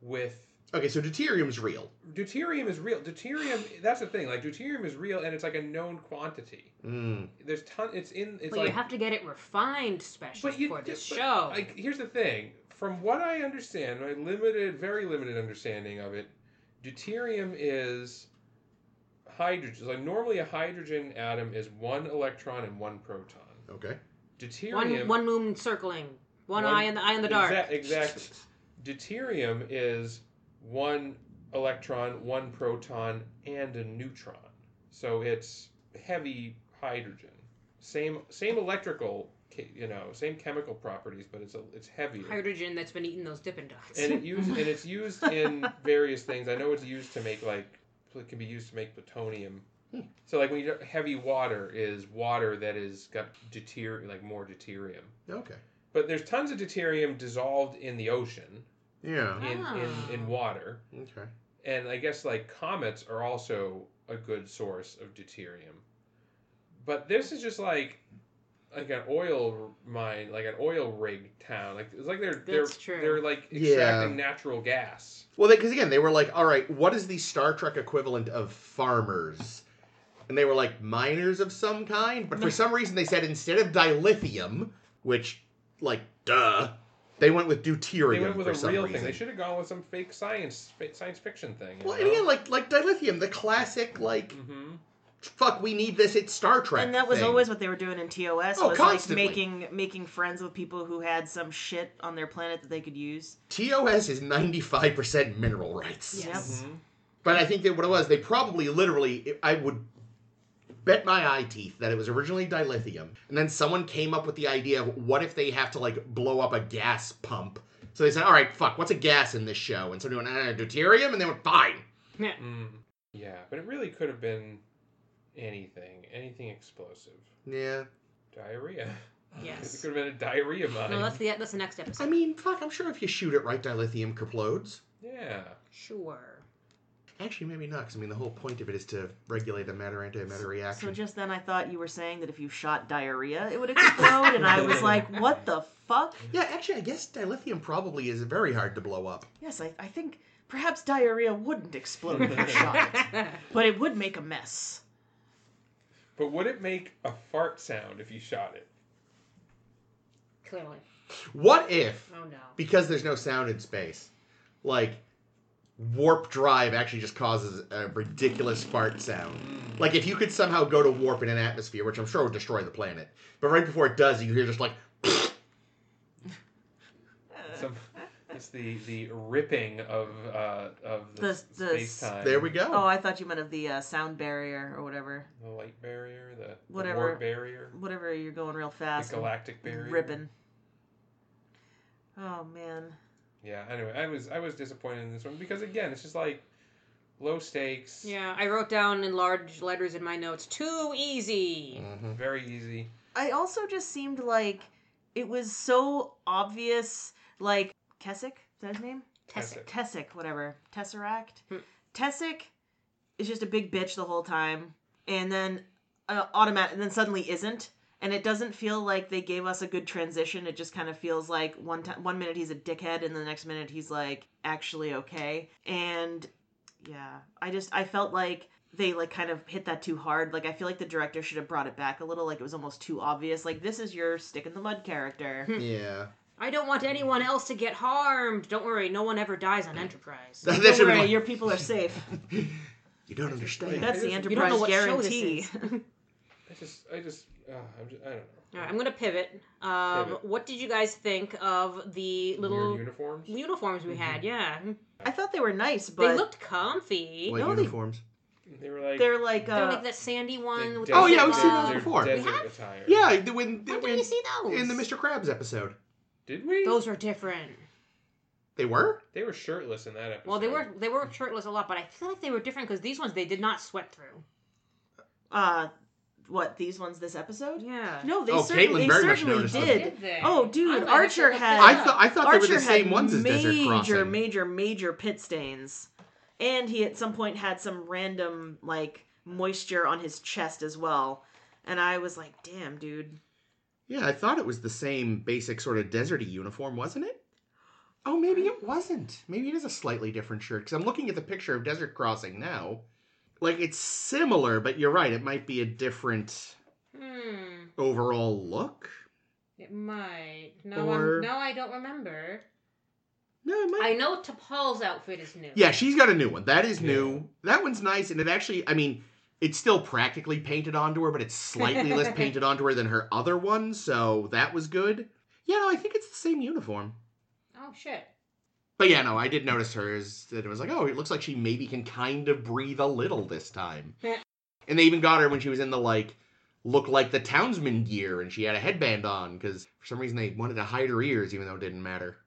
with
Okay, so deuterium's real.
deuterium is real. Deuterium. That's the thing. Like deuterium is real, and it's like a known quantity.
Mm.
There's ton. It's in. It's
Well,
like
you have to get it refined special
but you,
for this
but,
show.
Like, here's the thing: from what I understand, my limited, very limited understanding of it, deuterium is hydrogen. Like normally, a hydrogen atom is one electron and one proton.
Okay.
Deuterium,
one one moon circling, one,
One-
eye in the eye in the dark.
Exac- exactly. Deuterium is one electron, one proton, and a neutron. So it's heavy hydrogen. Same same electrical, ca- you know, same chemical properties, but it's a, it's heavier.
Hydrogen that's been eating those Dippin' Dots.
And it used and it's used in various things. I know it's used to make like it can be used to make plutonium.
Hmm.
So like when you heavy water is water that is got deuter like more deuterium.
Okay.
But there's tons of deuterium dissolved in the ocean,
Yeah.
in,
Ah.
in, in water.
Okay.
And I guess like comets are also a good source of deuterium. But this is just like like an oil mine, like an oil rig town. Like it's like they're they're
That's true.
they're like
Yeah.
extracting natural gas.
Well, because again, they were like, all right, what is the Star Trek equivalent of farmers? And they were like miners of some kind, but for some reason they said instead of dilithium, which, like, duh, they went with deuterium
They went with
for
a
some
real
reason.
thing. They should have gone with some fake science fa- science fiction thing.
well, and again, like like dilithium, the classic like
Mm-hmm.
hmm
fuck, we need this. It's Star Trek.
And that was
thing.
always what they were doing in TOS
Oh,
was
constantly.
like making making friends with people who had some shit on their planet that they could use.
TOS is ninety five percent mineral rights.
Yes.
But I think that what it was, they probably literally, I would bet my eye teeth that it was originally dilithium, and then someone came up with the idea of what if they have to like blow up a gas pump. So they said, "All right, fuck, what's a gas in this show?" And somebody went, ah, "Deuterium," and they went, "Fine."
Mm. Yeah, but it really could have been anything, anything explosive,
Yeah.
diarrhea. it
yes.
could have been a diarrhea mine.
No, that's the that's the next
I
episode.
mean, fuck, I'm sure if you shoot it right, dilithium implodes.
yeah,
Sure.
Actually, maybe not, because I mean, the whole point of it is to regulate the matter-antimatter reaction.
So just then I thought you were saying that if you shot diarrhea it would explode and I was like, What the fuck?
yeah, actually, I guess dilithium probably is very hard to blow up.
Yes, I, I think Perhaps diarrhea wouldn't explode if you shot it, but it would make a mess.
But would it make a fart sound if you shot it?
Clearly.
What if,
Oh no.
because there's no sound in space, like warp drive actually just causes a ridiculous fart sound? Like if you could somehow go to warp in an atmosphere, which I'm sure would destroy the planet, but right before it does, you hear just like
Uh.
Some, it's the the ripping of uh, of the,
The- the
space time.
there we go.
Oh, I thought you meant of the uh, sound barrier or whatever,
The light barrier, the the
Whatever.
warp barrier,
whatever you're going real
the
fast, and
galactic barrier.
ripping. Oh man,
Yeah. Anyway, I was I was disappointed in this one because again, it's just like low stakes.
Yeah, I wrote down in large letters in my notes, too easy.
Mhm.
Very easy.
I also just seemed like it was so obvious. Like Keswick, is that his name?
Tessic.
Tessic, whatever. Tesseract.
Hmm.
Tessic is just a big bitch the whole time, and then uh, automatic, and then suddenly isn't. And it doesn't feel like they gave us a good transition. It just kind of feels like one time, one minute he's a dickhead, and the next minute he's like actually okay. And yeah, I just I felt like they like kind of hit that too hard. Like I feel like the director should have brought it back a little. Like it was almost too obvious. Like this is your stick in the mud character.
Hmm.
Yeah,
I don't want anyone else to get harmed. Don't worry, no one ever dies on Enterprise.
That
Don't
should be
worry,
like,
your people are safe.
you don't understand.
That's the
You don't
You don't
Enterprise
know what show this
guarantee.
is.
I just I just, uh, I'm just I don't know.
All right, I'm gonna pivot. Um,
Pivot.
What did you guys think of the little
Weird uniforms.
uniforms we had? Yeah,
I thought they were nice,
they
but
looked comfy.
What
No, they-
uniforms?
They were like.
they're like
They're
uh,
like that sandy one.
like
with
desert-
Oh, yeah,
the
we've seen
zipper.
those
they're
before.
Desert
We have?
attire.
Yeah, the- when,
When
when
did we see those?
in the Mr. Krabs episode,
Did we?
Those are different.
they were.
They were shirtless in that episode.
Well, they were they were shirtless a lot, but I feel like they were different because these ones they did not sweat through.
uh what these ones this episode?
Yeah.
No, they
Oh, Caitlin
certainly, they
very much
certainly
noticed them.
did.
they?
Oh, dude,
I'm glad
Archer
you looked
had
that
I
up.
thought I thought
Archer
they were the
had
same ones as
major,
Desert Crossing.
major, major pit stains, and he at some point had some random like moisture on his chest as well. And I was like, damn, dude.
Yeah, I thought it was the same basic sort of deserty uniform, wasn't it? Oh, maybe it wasn't. Maybe it is a slightly different shirt because I'm looking at the picture of Desert Crossing now. Like it's similar, but you're right. It might be a different
Hmm.
overall look.
It might. No,
Or-
I'm, no, I don't remember.
No, it might.
I know T'Pol's outfit is new.
Yeah, she's got a new one. That is
Yeah.
new. That one's nice, and it actually, I mean, it's still practically painted onto her, but it's slightly less painted onto her than her other one, so that was good. Yeah, no, I think it's the same uniform.
Oh shit.
But yeah, no, I did notice hers. That it was like, oh, it looks like she maybe can kind of breathe a little this time. and they even got her when she was in the like, look like the townsman gear, and she had a headband on because for some reason they wanted to hide her ears, even though it didn't matter.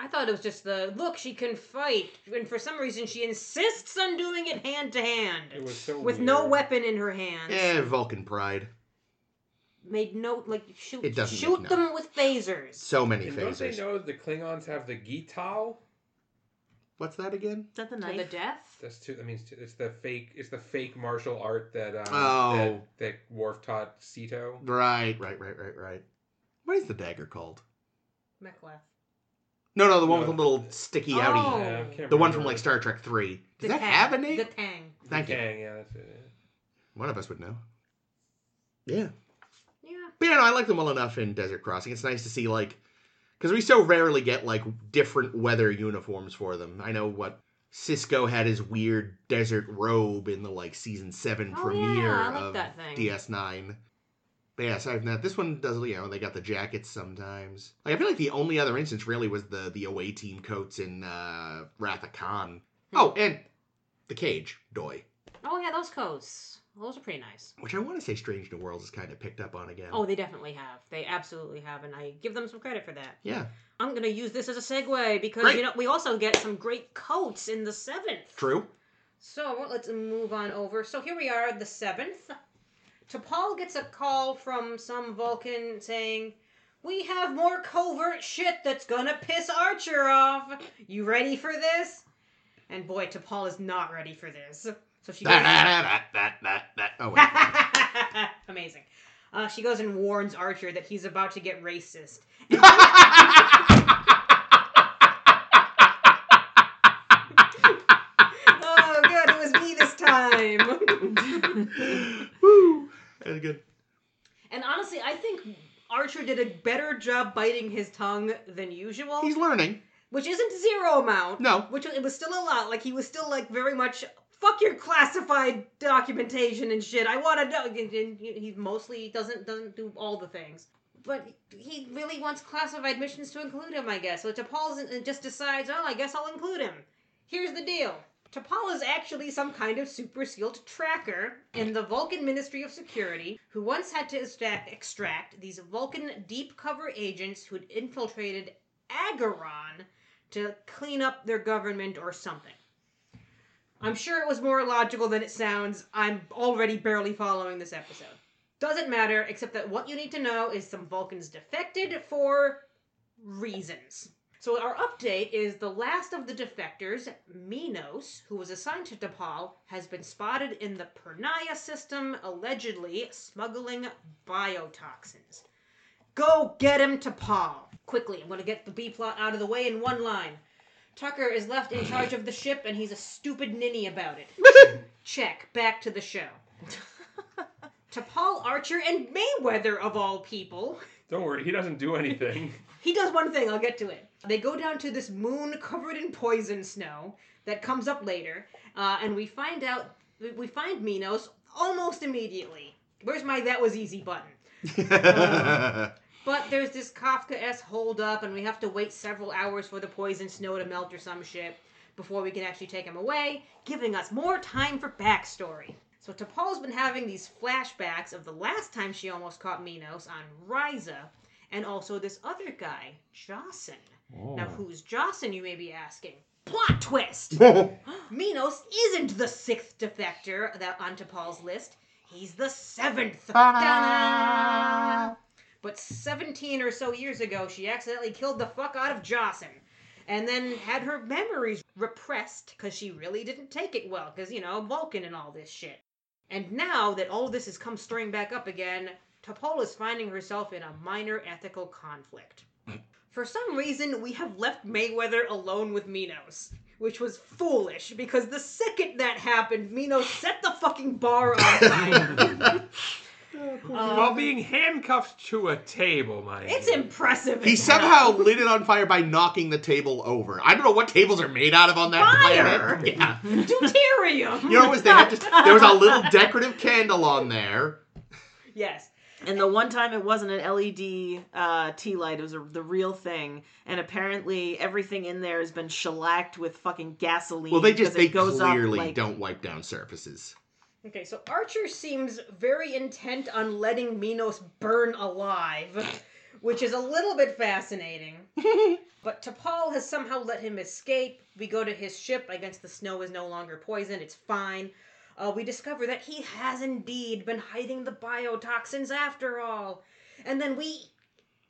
I thought it was just the look she can fight, and for some reason she insists on doing it hand to
It
hand
was so
with no
weird.
weapon in her hands.
Eh, Vulcan pride.
Made no like shoot
It doesn't
shoot
make no-
them with phasers.
So many
And don't they
phases.
know that the Klingons have the Gital?
What's that again?
Is that the
To the
knife?
death.
That's two. That means two, it's the fake. It's the fake martial art that um,
Oh.
that, that Worf taught Sito.
Right, right, right, right, right. What is the dagger called?
Mechleth.
No, no, the one with
No.
the little sticky
Oh.
outie.
Yeah, I can't
The one
remember.
from like Star Trek Three.
The
Does that
tang.
have a name?
The tang.
The
Thank you.
Kang, Yeah, that's it.
One of us would know. Yeah.
Yeah.
But yeah, no, I like them well enough in Desert Crossing. It's nice to see like because we so rarely get like different weather uniforms for them. I know what Cisco had his weird desert robe in the like season seven
Oh,
premiere
yeah, I like
of
that thing.
DS9. But yeah, aside from that, this one does you know they got the jackets sometimes. Like I feel like the only other instance really was the the away team coats in uh, Wrath of Khan.
Hmm.
Oh, and the cage doy,
Oh yeah, those coats. Those are pretty nice.
which I want to say Strange New Worlds is kind of picked up on again.
Oh, they definitely have. They absolutely have, and I give them some credit for that.
yeah,
I'm gonna use this as a segue because
Great.
you know we also get some great coats in the seventh.
true.
So let's move on over. So here we are, the seventh. T'Pol gets a call from some Vulcan saying, "We have more covert shit that's gonna piss Archer off. You ready for this?" And boy, T'Pol is not ready for this. So she
That,
goes,
that, that, that, that, that. Oh, wait.
amazing. Uh, she goes and warns Archer that he's about to get racist. Oh, time.
Woo! That's good.
and honestly, I think Archer did a better job biting his tongue than
Oh.
usual.
He's learning.
which isn't zero amount.
No.
Which it was still a lot. Like he was still like very much fuck your classified documentation and shit. I want to know. And- and He mostly doesn't doesn't do all the things, but he really wants classified missions to include him. I guess so. T'Pol's and just decides, oh, I guess I'll include him. Here's the deal. T'Pol is actually some kind of super skilled tracker in the Vulcan Ministry of Security, who once had to extract, extract these Vulcan deep cover agents who'd infiltrated Agaron to clean up their government or something. I'm sure it was more logical than it sounds. I'm already barely following this episode. Doesn't matter, except that what you need to know is some Vulcans defected for reasons. So our update is the last of the defectors, Minos, who was assigned to Dapal, has been spotted in the Pernaya system, allegedly smuggling biotoxins. Go get him to Paul. Quickly, I'm going to get the B plot out of the way in one line. Tucker is left in charge of the ship and he's a stupid ninny about it. Check. Back to the show. to Paul Archer and Mayweather, of all people.
Don't worry, he doesn't do anything.
He does one thing, I'll get to it. They go down to this moon covered in poison snow that comes up later, uh, and we find out, we- we find Minos almost immediately. Where's my that was easy button? But there's this Kafka S hold up, and we have to wait several hours for the poison snow to melt or some shit before we can actually take him away, giving us more time for backstory. So T'Pol's been having these flashbacks of the last time she almost caught Minos on Ryza, and also this other guy, Jocelyn. Now, who's Jocelyn, you may be asking? Plot twist! Minos isn't the sixth defector that onto Paul's list. He's the seventh. Ta-da! But 17 or so years ago, she accidentally killed the fuck out of Jocelyn and then had her memories repressed because she really didn't take it well because, you know, Vulcan and all this shit. And now that all this has come stirring back up again, Topol is finding herself in a minor ethical conflict. For some reason, we have left Mayweather alone with Minos, which was foolish because the second that happened, Minos set the fucking bar on fire.
While being handcuffed to a table, my
it's impressive.
he
as
somehow
hell.
lit it on fire by knocking the table over. I don't know what tables are made out of on that
Fire!
planet. Yeah.
deuterium.
You know, it was they had just, there was a little decorative candle on there.
yes.
And the one time it wasn't an LED uh, tea light, it was a, the real thing. And apparently everything in there has been shellacked with fucking gasoline.
Well, they just
because
they
it goes off,
clearly
like-
don't wipe down surfaces.
Okay, so Archer seems very intent on letting Minos burn alive, which is a little bit fascinating. but T'Pol has somehow let him escape. We go to his ship. I guess the snow is no longer poison. It's fine. Uh, we discover that he has indeed been hiding the biotoxins after all. And then we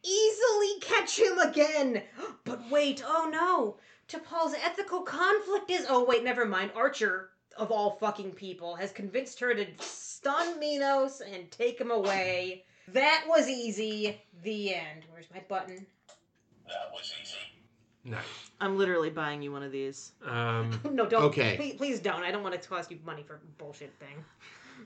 easily catch him again. But wait, oh no. T'Pol's ethical conflict is. Oh wait, never mind. Archer, of all fucking people, has convinced her to stun Minos and take him away. That was easy. The end. Where's my button?
That was easy.
nice.
I'm literally buying you one of these.
Um,
No, don't.
Okay.
Please, please don't. I don't want to cost you money for bullshit thing.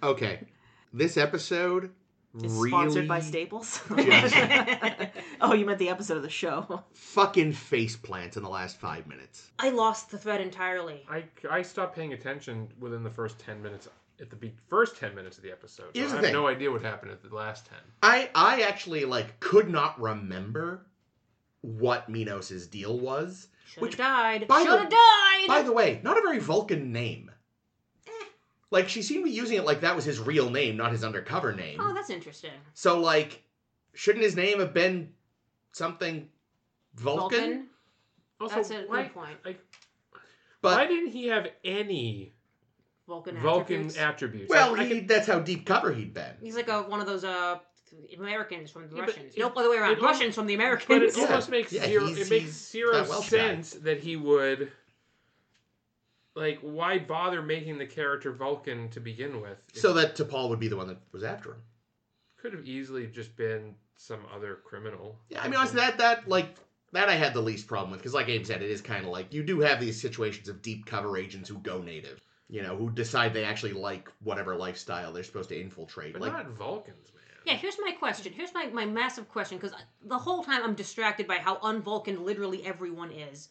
Okay, this episode
It's
really
sponsored by Staples.
Yeah.
oh, you meant the episode of the show.
fucking face plants in the last five minutes.
I lost the thread entirely.
I, I stopped paying attention within the first 10 minutes, at the be- first 10 minutes of the episode. So
Here's
I
the
have
thing.
no idea what happened at the last 10.
I I actually like could not remember what Minos' deal was.
Should
Which-
have died.
by
Should have
the-
died.
By the way, not a very Vulcan name.
Eh.
Like she seemed to be using it like that was his real name, not his undercover name.
oh, that's interesting.
So like, shouldn't his name have been something Vulcan?
Vulcan.
Also,
That's a good
why,
point.
Like, why
But
didn't he have any
Vulcan.
Vulcan
attributes.
attributes?
well,
I- I
he,
could-
that's how deep cover he'd been.
He's like a, one of those uh Americans from the
Yeah, but
Russians.
it-
nope, other way
it
around.
al-
Russians from the
But
Americans.
it
Yeah.
almost makes
Yeah,
zero.
he's-
It makes
he's
zero
that Welsh guy.
sense that he would. Like, why bother making the character Vulcan to begin with? It
So that T'Pol would be the one that was after him.
could have easily just been some other criminal.
Yeah, I mean honestly, that that like that I had the least problem with because, like Abe said, it is kind of like you do have these situations of deep cover agents who go native. you know, who decide they actually like whatever lifestyle they're supposed to infiltrate.
But
like,
not Vulcans,
Yeah,
man.
here's my question. Here's my, my massive question, because the whole time I'm distracted by how unvulcan literally everyone is.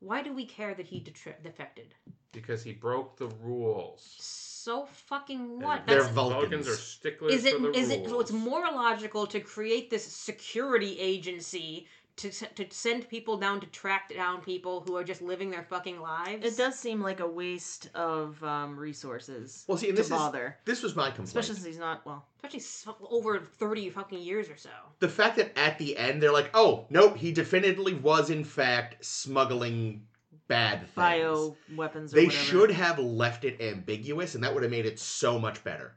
Why do we care that he detri- defected?
Because he broke the rules.
So fucking what?
And
They're
That's
Vulcans.
are sticklers
is it
for the
is
rules.
it so it's more illogical to create this security agency to s- to send people down to track down people who are just living their fucking lives?
It does seem like a waste of um, resources
well, see, and
to
this is
bother,
this was my complaint.
especially since he's not well.
especially s- over thirty fucking years or so.
the fact that at the end they're like, "Oh, nope, he definitively was in fact smuggling bad things."
Bio weapons. Or
They
whatever.
should have left it ambiguous, and that would have made it so much better.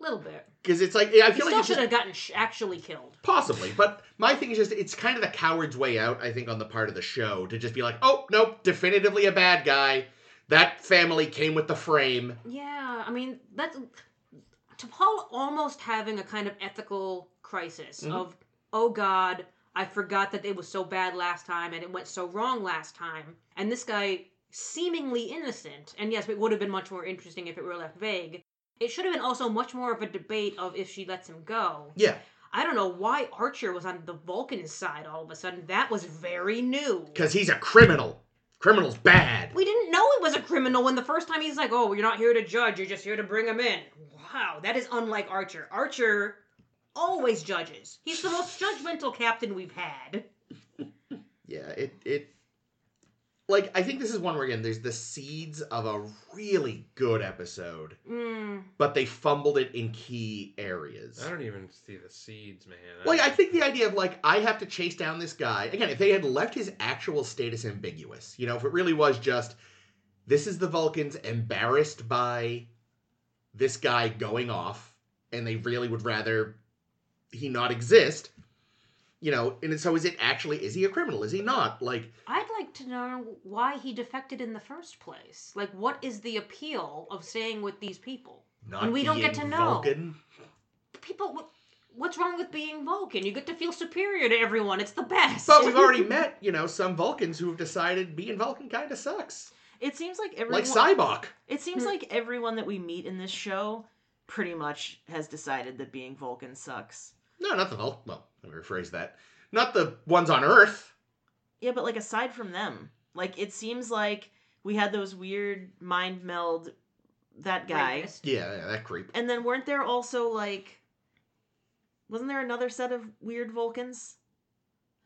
A little bit.
Because it's like I
He
feel
still
like it's
should
just,
have gotten sh- actually killed.
possibly, but my thing is just it's kind of the coward's way out. I think on the part of the show to just be like, "Oh, nope, definitively a bad guy." That family came with the frame.
Yeah, I mean that's to Paul almost having a kind of ethical crisis
Mhm.
of oh god, I forgot that it was so bad last time and it went so wrong last time, and this guy seemingly innocent. And yes, it would have been much more interesting if it were left vague. It should have been also much more of a debate of if she lets him go.
Yeah,
I don't know why Archer was on the Vulcan side all of a sudden. That was very new.
because he's a criminal. Criminal's bad.
We didn't know it was a criminal when the first time he's like, "Oh, you're not here to judge. You're just here to bring him in." Wow, that is unlike Archer. Archer always judges. He's the most judgmental captain we've had.
Yeah, it it like I think this is one where again there's the seeds of a really good episode,
Mm,
but they fumbled it in key areas.
I don't even see the seeds, man.
Like I think the idea of like I have to chase down this guy again. If they had left his actual status ambiguous, you know, if it really was just this is the Vulcans embarrassed by this guy going off, and they really would rather he not exist, you know. And so is it actually is he a criminal? Is he not? Like
I'd like to know why he defected in the first place. Like, what is the appeal of staying with these people?
not
And we don't get
being
to know.
Vulcan.
People, what, what's wrong with being Vulcan? You get to feel superior to everyone. It's the best.
But we've already met, you know, some Vulcans who have decided being Vulcan kind of sucks.
It seems like everyone.
Like Cybok.
it seems
Hmm.
like everyone that we meet in this show pretty much has decided that being Vulcan sucks.
No, not the Vulcan. Well, let me rephrase that. Not the ones on Earth.
Yeah, but like aside from them, like it seems like we had those weird mind meld that guy.
Rapist.
Yeah, yeah that creep.
And then weren't there also like wasn't there another set of weird Vulcans?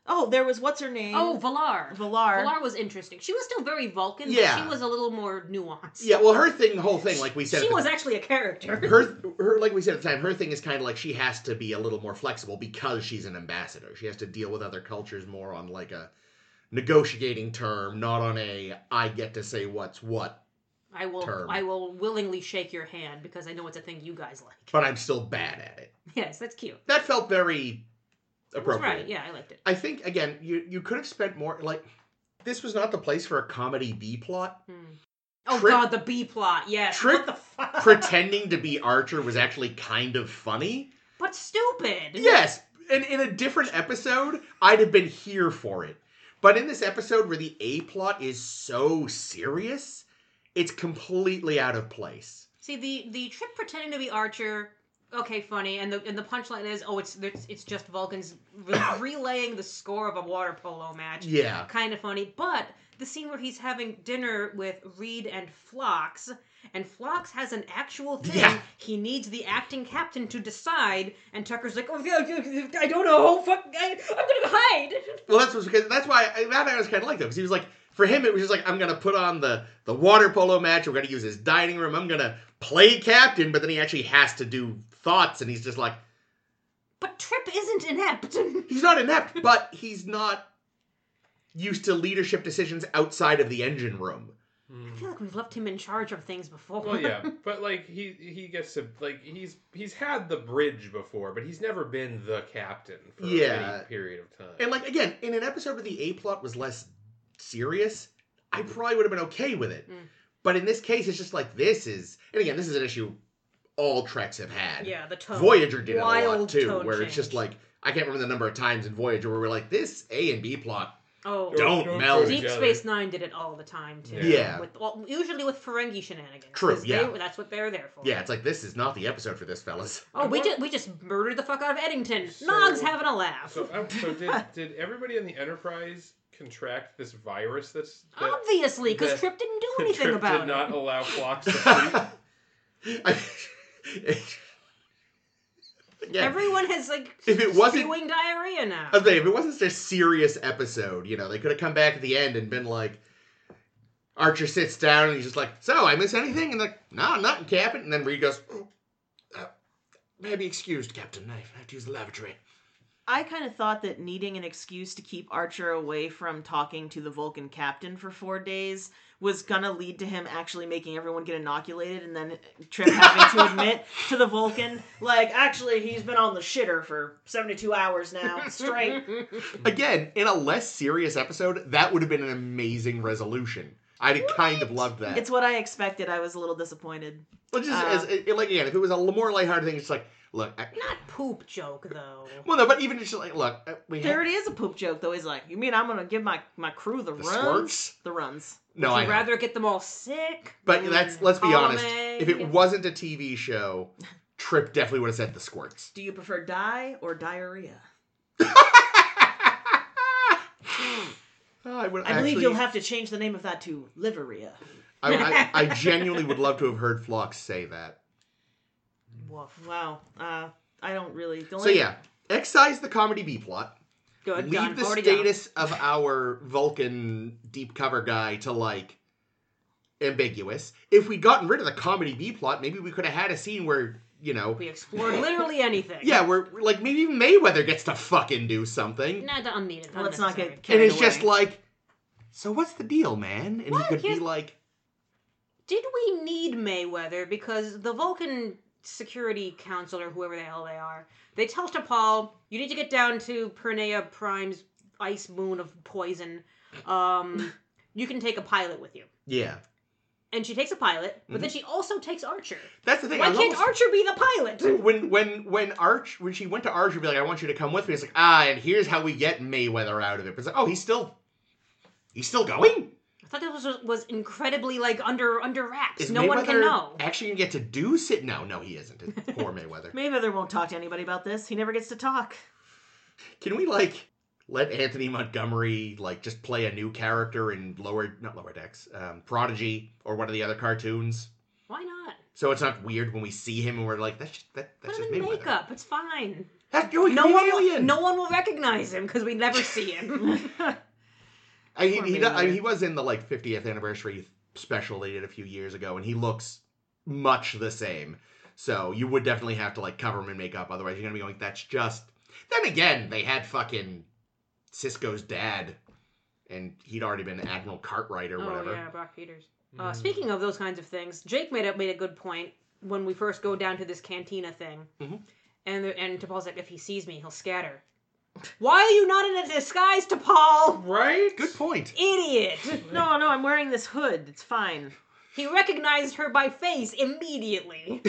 Oh, there was what's her name?
Oh, Valar.
Valar.
Valar was interesting. She was still very Vulcan, but
Yeah.
she was a little more nuanced.
Yeah, well, her thing, the whole thing, like we said,
she
at the- Mm-hmm.
was actually a character.
her, her, like we said at the time, her thing is kind of like she has to be a little more flexible because she's an ambassador. She has to deal with other cultures more on like a negotiating term, not on a I get to say what's what,
I will
term.
I will willingly shake your hand because I know it's a thing you guys like.
but I'm still bad at it.
Yes, that's cute.
That felt very
That's
appropriate.
right. Yeah, I liked it.
I think again, you you could have spent more like this was not the place for a comedy B plot.
Hmm. Oh
Trip-
god, the B plot. Yes.
Trip-
what the fuck?
Pretending to be Archer was actually kind of funny.
but stupid.
Yes, and in a different episode, I'd have been here for it. But in this episode where the A plot is so serious, it's completely out of place.
See the the trip pretending to be Archer. Okay, funny, and the and the punchline is, oh, it's it's, it's just Vulcans re- relaying the score of a water polo match.
Yeah.
kind of funny. But the scene where he's having dinner with Reed and Phlox, and Phlox has an actual thing.
Yeah.
He needs the acting captain to decide, and Tucker's like, oh, yeah, yeah, yeah, I don't know. oh, Fuck, I, I'm gonna go hide.
Well, that's what's because that's why I, that I was kind of like though because he was like for him it was just like I'm gonna put on the the water polo match. We're gonna use his dining room. I'm gonna play captain, but then he actually has to do thoughts, and he's just like
But Trip isn't inept.
he's not inept, but he's not used to leadership decisions outside of the engine room.
I feel like we've left him in charge of things before.
Hmm. Well, yeah, but like he he gets to like he's he's had the bridge before, but he's never been the captain for
Yeah.
any period of time.
And like again, in an episode where the A plot was less serious, I probably would have been okay with it.
Mm.
But in this case, it's just like this is, and again, this is an issue all treks have had.
Yeah, the tone.
Voyager did it a lot
Wild
too,
tone
where it's just
change.
like I can't remember the number of times in Voyager where we're like this A and B plot
Oh,
Don't meld
throw each
Deep
other.
Space Nine did it all the time too.
Yeah.
With all, usually with Ferengi shenanigans.
True,
'cause
yeah.
They, that's what they're there for.
Yeah, it's like this is not the episode for this, fellas.
Oh, we just we just murdered the fuck out of Eddington.
So-
Nog's having a laugh.
So, um, so did did everybody in the Enterprise contract this virus? That's that,
Um, Obviously, because
that-
Trip didn't do
that
anything
Trip
about
did
it. Uh,
not allow flocks to sleep.
I- yeah.
Everyone has like
If it wasn't-
spewing diarrhea now.
I was saying, if it wasn't such a serious episode, you know, they could have come back at the end and been like, Archer sits down and he's just like, "So, I miss anything?" And like, "No, nothing, Captain." And then Reed goes, oh, uh, "Maybe excused, Captain. I have to use the lavatory."
I kind of thought that needing an excuse to keep Archer away from talking to the Vulcan captain for four days was gonna lead to him actually making everyone get inoculated, and then Trip having to admit to the Vulcan, like, actually, he's been on the shitter for seventy-two hours now straight. Mm-hmm.
Again, in a less serious episode, that would have been an amazing resolution. I'd have kind of loved that.
it's what I expected. I was a little disappointed.
Well, just
Uh,
as it, like again, if it was a l- more lighthearted thing, it's like, look, I,
Not poop joke though.
well, no, but even just like, look, uh, we
There
have
it is a poop joke though. He's like, you mean I'm gonna give my my crew the,
the
runs?
squirts.
The runs.
No,
Would
I
you
know.
rather get them all sick?
But
than
that's let's be honest.
column
If
A?
it wasn't a TV show, Trip definitely would have said the squirts.
Do you prefer die or diarrhea?
Oh, I, would
I believe
actually-
you'll have to change the name of that to liveria.
I, I, I genuinely would love to have heard Flox say that.
Woof.
Wow. Uh, I don't really. The
So
only,
yeah, excise the comedy B plot.
Good.
Leave
done.
the
Already
status of our Vulcan deep cover guy to like ambiguous. If we'd gotten rid of the comedy B plot, maybe we could have had a scene where you know,
done. We explored literally anything.
yeah, where like maybe even Mayweather gets to fucking do something.
Not unneeded.
Let's not
unnecessary.
get
and
carried
it's just
away.
like, so what's the deal, man? And
Well,
he could
here's-
be like,
Did we need Mayweather? Because the Vulcan Security Council, or whoever the hell they are, they tell T'Pol, you need to get down to Pernea Prime's ice moon of poison. Um, you can take a pilot with you.
yeah,
And she takes a pilot, but then she also takes Archer.
that's the thing.
Why
Mm-hmm. I was
can't
almost-
Archer be the pilot?
when when when Arch when she went to Arch, she'd be like, I want you to come with me. It's like, ah, and here's how we get Mayweather out of it. But it's like, oh, he's still, he's still going.
I thought that was was incredibly like under under wraps.
Is
no
Mayweather
one can know.
actually gonna get to do sit? No, no, he isn't. It's Poor Mayweather.
Mayweather won't talk to anybody about this. He never gets to talk.
Can we like let Anthony Montgomery like just play a new character in lower not lower decks, um, Prodigy or one of the other cartoons?
Why not?
So it's not weird when we see him and we're like, that's just, that, that's
Put
just
him in
Mayweather. Oh,
makeup. It's fine.
That's doing
No one, will, no one will recognize him because we never see him.
I, he,
Poor
he, do- I-
Mayweather.
he was in the like 50th anniversary special they did a few years ago, and he looks much the same. So you would definitely have to like cover him in makeup, otherwise you're gonna be going. That's just. Then again, they had fucking Cisco's dad, and he'd already been Admiral Cartwright or
oh
whatever.
yeah, Brock Peters.
Mm.
Uh, speaking of those kinds of things, Jake made a, made a good point when we first go down to this cantina thing,
Mm-hmm.
Mhm.
and the, and T'Pol's like, if he sees me, he'll scatter. Why are you not in a disguise, T'Pol?
right?
Good point.
Idiot!
No, no, I'm wearing this hood. It's fine.
He recognized her by face immediately,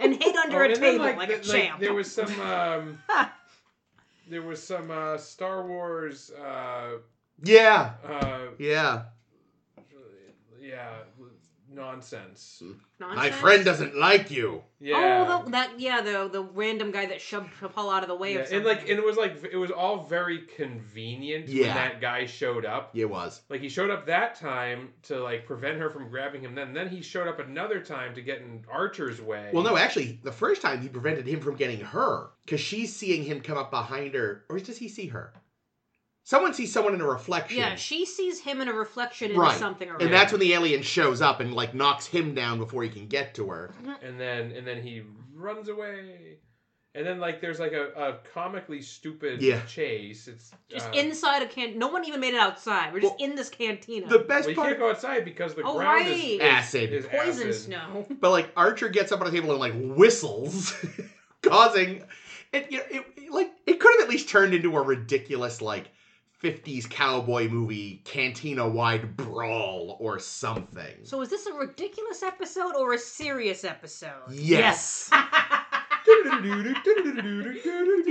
and hid under
Oh, and
a
then,
table like, a
th-
champ.
there was some um, there was some uh, Star Wars uh,
Yeah,
uh,
yeah.
yeah nonsense.
Hmm. My
Nonsense.
friend doesn't like you.
Yeah.
Oh, the, that yeah, the the random guy that shoved T'Pol out of the way.
yeah,
or something.
and like and it was like it was all very convenient when
Yeah.
that guy showed up.
It was.
Like he showed up that time to like prevent her from grabbing him. Then then he showed up another time to get in Archer's way.
Well, no, actually, the first time he prevented him from getting her because she's seeing him come up behind her, or does he see her? Someone sees someone in a reflection.
Yeah, she sees him in a reflection in
Right.
something or
and
other.
that's when the alien shows up and like knocks him down before he can get to her.
and then and then he runs away. And then like there's like a, a comically stupid
Yeah.
chase. It's
just
uh,
inside a can. No one even made it outside. We're just
Well,
in this cantina.
The best
Well, you
part,
can't go outside because the
Oh,
ground
right.
is
Acid.
Is
poison
acid.
snow.
but like Archer gets up on a table and like whistles, causing it. You know, it it, like it could have at least turned into a ridiculous like '50s cowboy movie cantina-wide brawl or something.
So is this a ridiculous episode or a serious episode?
yes.
Yes.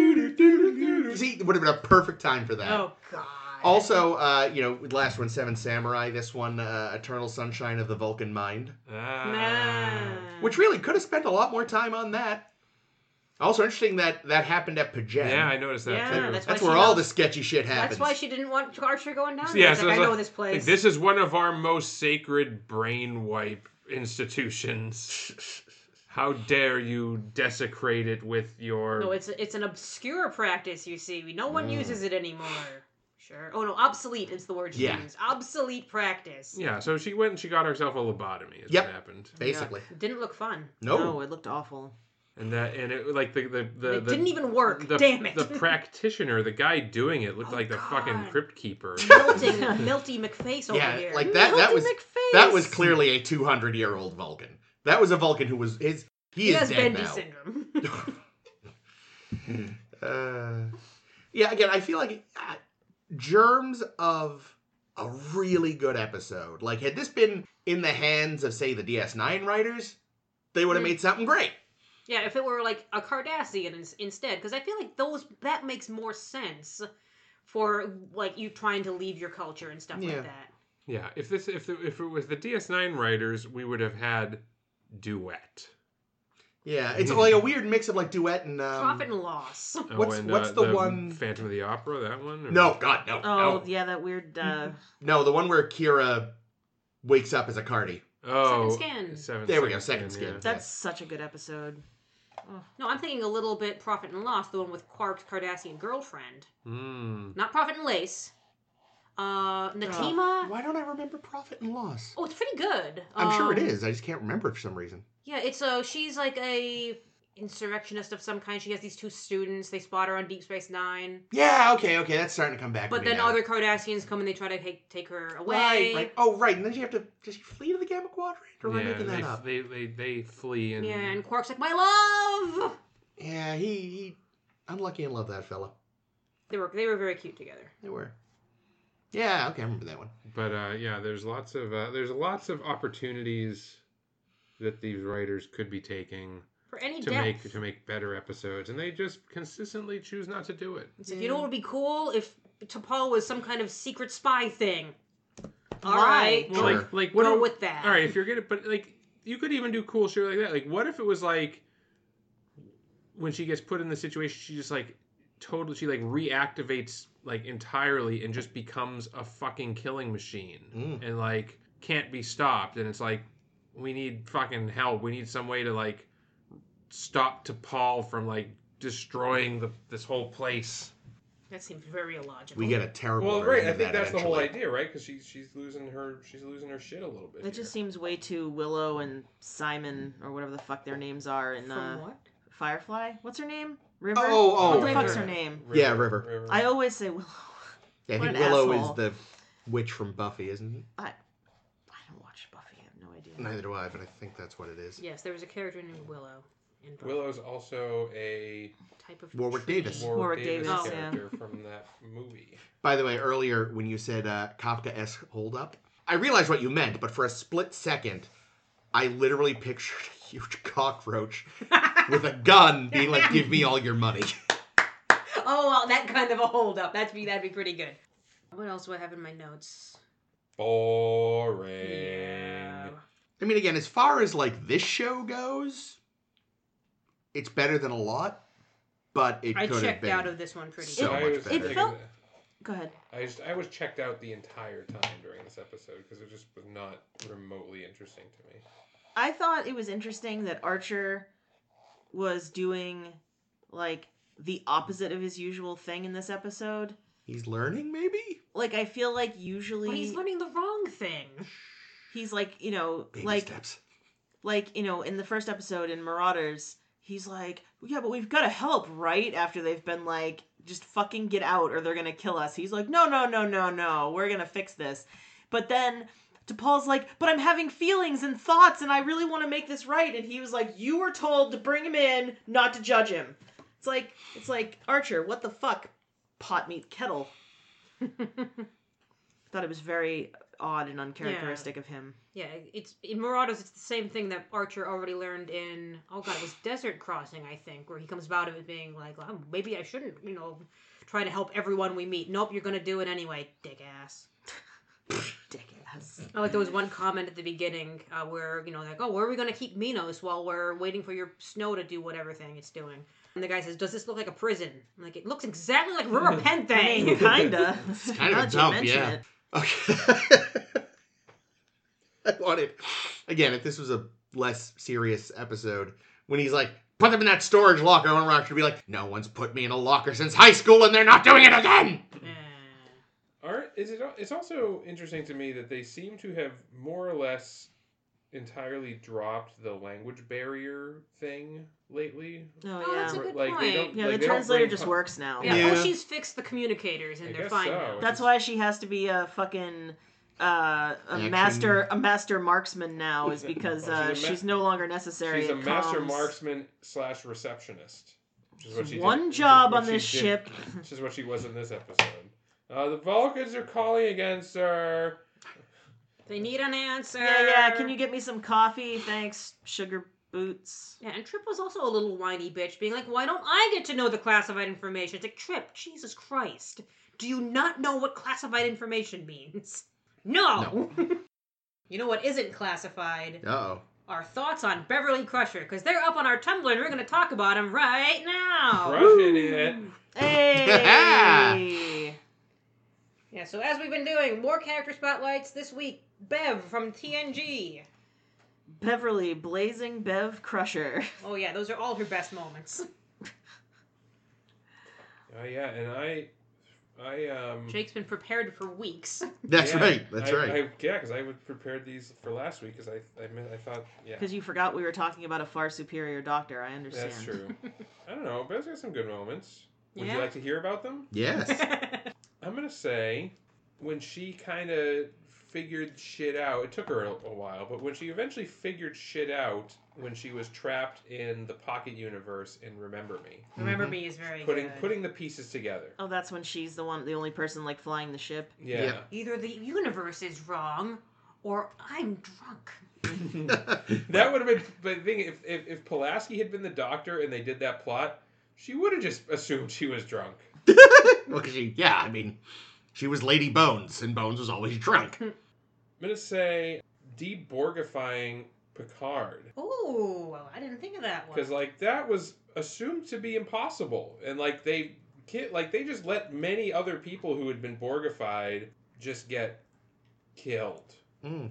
See, it would have been a perfect time for that.
Oh God.
Also, uh, you know, last one, Seven Samurai. This one, uh, Eternal Sunshine of the Vulcan Mind,
Hmm.
Ah.
which really could have spent a lot more time on that. Also interesting that that happened at Pajen.
Yeah, I noticed that
Yeah,
too.
Ah, that's-
that's
why
where
she
all
knows-
the sketchy shit happens.
That's why she didn't want Archer going down.
Yeah,
Yeah,
so
like,
it's
I know
like-
this place.
Like, this is one of our most sacred brain wipe institutions. How dare you desecrate it with your
No, it's it's an obscure practice. You see, no
Mm.
one uses it anymore. Sure. Oh no, obsolete is the word she
Yeah.
used. Obsolete practice.
Yeah, so she went and she got herself a lobotomy. Is
Yep.
what happened.
basically.
Didn't look fun.
No.
No, it looked awful.
And that and it like the the the,
it
the
didn't even work.
the,
Damn it.
The practitioner, the guy doing it, looked
Oh,
like the fucking
God.
crypt keeper.
melting melty McFace over
yeah,
here.
like that. That
Melty
was
McFace.
that was clearly a 200 year old Vulcan. That was a Vulcan who was his. He,
he
is
has
dead
Bendy
now.
syndrome.
Uh, yeah, again, I feel like uh, germs of a really good episode. Like, had this been in the hands of, say, the DS9 writers, they would have
Mm.
made something great.
yeah, if it were like a Cardassian ins- instead, because I feel like those that makes more sense for like you trying to leave your culture and stuff
Yeah.
like that.
yeah, if this if the, if it was the DS9 writers, we would have had duet.
Yeah, it's like a weird mix of like duet and um,
Profit and loss.
Oh,
What's-
and,
what's
uh,
the one-
Phantom of the Opera? That one? Or-
No, God, no,
Oh
no,
yeah, that weird. Uh,
no. The one where Kira wakes up as a Cardi.
Oh,
Second skin.
seven-
There we go, second skin.
that's
Yes.
such a good episode.
No, I'm thinking a little bit Profit and Loss, the one with Quark's Cardassian girlfriend.
yeah. Mm.
Not Profit and Lace. Uh, Natima.
Why don't I remember profit and loss?
Oh, it's pretty good.
I'm sure it
Um,
is. I just can't remember it for some reason.
Yeah, it's uh she's like a insurrectionist of some kind. She has these two students. They spot her on Deep Space Nine.
Yeah, okay, okay, that's starting to come back.
But
to me
then
now.
other Cardassians come and they try to take take her away.
Right, right. Oh, right. And then you have to just flee to the Gamma Quadrant. Or am I
Yeah,
making that
they,
up?
They, they they flee and
Yeah, and Quark's like, my love.
Yeah, he, he. I'm lucky and love that fella.
They were they were very cute together.
They were. Yeah, okay, I remember that one.
But uh, yeah, there's lots of uh, there's lots of opportunities that these writers could be taking
For any
to
depth.
make to make better episodes, and they just consistently choose not to do it.
So You know what would be cool if T'Pol was some kind of secret spy thing. All
Why?
right,
Well, Sure.
like like
go
if-
with that.
All right, if you're gonna, but like you could even do cool shit like that. Like what if it was like when she gets put in the situation, she just like totally she like reactivates like entirely and just becomes a fucking killing machine
Mm.
and like can't be stopped. And it's like we need fucking help. We need some way to like stop to Paul from like destroying the this whole place.
That seems very illogical.
We get a terrible.
Well, right.
version
I
of
think
that
that's the whole
eventually.
idea, right? Because she's she's losing her she's losing her shit a little bit.
That just seems way too Willow and Simon or whatever the fuck their names are in
From
uh,
what?
Firefly. What's her name? River.
Oh, oh,
What the
River.
fuck's her name?
Yeah, River.
I always say Willow.
Yeah, I
What
think
an
Willow
asshole.
is the witch from Buffy, isn't it?
I don't watch Buffy. I have no idea.
Neither do I, but I think that's what it is.
Yes, there was a character named Willow. In Buffy.
Willow's also a
Type of
Warwick
tree.
Davis.
Warwick,
Warwick
Davis,
Davis,
character from that movie.
By the way, earlier when you said uh, Kafka S hold up, I realized what you meant, but for a split second, I literally pictured a huge cockroach with a gun being like, "Give me all your money."
Oh, well, that kind of a holdup. That'd be that'd be pretty good. What else do I have in my notes?
Boring.
Yeah.
I mean, again, as far as like this show goes, it's better than a lot, but it
I
could have
checked
been.
out of this one pretty
So
good.
I
much
was
better. It
thinking
felt-
that-
Go ahead.
I just I was checked out the entire time during this episode because it just was not remotely interesting to me.
I thought it was interesting that Archer was doing like the opposite of his usual thing in this episode.
He's learning, maybe.
Like I feel like usually
But he's learning the wrong thing.
he's like, you know,
Baby
like
steps.
like, you know, in the first episode in Marauders, he's like, "Yeah, but we've got to help, right?" after they've been like, "Just fucking get out or they're going to kill us." He's like, "No, no, no, no, no. We're going to fix this." But then DePaul's like, but I'm having feelings and thoughts and I really want to make this right. And he was like, you were told to bring him in, not to judge him. It's like, it's like, Archer, what the fuck? Pot meat kettle. Thought it was very odd and uncharacteristic of him.
Yeah, it's in Marauders. It's the same thing that Archer already learned in oh god, it was Desert Crossing, I think, where he comes out of it being like, "Oh, maybe I shouldn't, you know, try to help everyone we meet. Nope, you're gonna do it anyway, dick ass.
Dickass.
I like there was one comment at the beginning uh, where you know like, oh, where are we gonna keep Minos while we're waiting for your snow to do whatever thing it's doing? And the guy says, "Does this look like a prison?" I'm like it looks exactly like
Hmm.
Rurapente.
I mean, kinda.
kind
Now
of a
that you
dump,
mention
yeah.
it.
Okay. I wanted again, if this was a less serious episode, when he's like, put them in that storage locker, Owen Rock should be like, no one's put me in a locker since high school and they're not doing it again.
Eh.
Aren't is it? It's also interesting to me that they seem to have more or less entirely dropped the language barrier thing lately.
Oh,
Oh,
yeah.
that's a good
like, They
point.
don't,
yeah,
like,
the
they don't
translator
bring
just
pu-
works now.
Yeah,
Yeah.
Well, she's fixed the communicators and
I
they're
guess
fine
so.
now.
That's why she has to be a fucking uh, a
Action.
master a master marksman now is because
She's a
uh,
ma-
she's, no longer necessary.
She's a
at
master
comms.
marksman slash receptionist. Which is what she did-
One
which is
job
what
on
she
this
did-
ship.
Which is what she was in this episode. Uh, the Vulcans are calling again, sir.
They need an answer.
Yeah, yeah. Can you get me some coffee? Thanks, sugar boots.
Yeah, and Trip was also a little whiny bitch, being like, "Why don't I get to know the classified information?" It's like, Trip, Jesus Christ, do you not know what classified information means? No. you know what isn't classified?
Uh oh.
Our thoughts on Beverly Crusher, because they're up on our Tumblr, and we're going to talk about them right
Oh.
now.
Crushing it.
Hey.
Yeah, so as we've been doing, more character spotlights this week. Bev from TNG.
Beverly Blazing Bev Crusher.
Oh yeah, those are all her best moments.
Oh yeah, and I, I
Hmm.
um.
Jake's been prepared for weeks.
That's
yeah,
right. That's
I-
right.
I, yeah, because I would prepared these for last week because I I, meant, I thought yeah.
Because you forgot we were talking about a far superior doctor. I understand.
That's true. I don't know. Bev's got some good moments. Would
Yeah.
you like to hear about them?
yes.
I'm gonna say when she kind of figured shit out. It took her a, a while, but when she eventually figured shit out, when she was trapped in the pocket universe in Remember Me,
Remember me is very
Mm-hmm. putting
good.
putting the pieces together.
Oh, that's when she's the one, the only person like flying the ship.
Yeah.
Yeah.
Either the universe is wrong, or I'm drunk.
That would have been. But the thing, if, if if Pulaski had been the doctor and they did that plot, she would have just assumed she was drunk.
well, 'cause she, yeah, I mean, she was Lady Bones, and Bones was always drunk.
I'm gonna say deborgifying Picard
Ooh, I didn't think of that one.
because like that was assumed to be impossible, and like they ki- like they just let many other people who had been borgified just get killed.
Mm.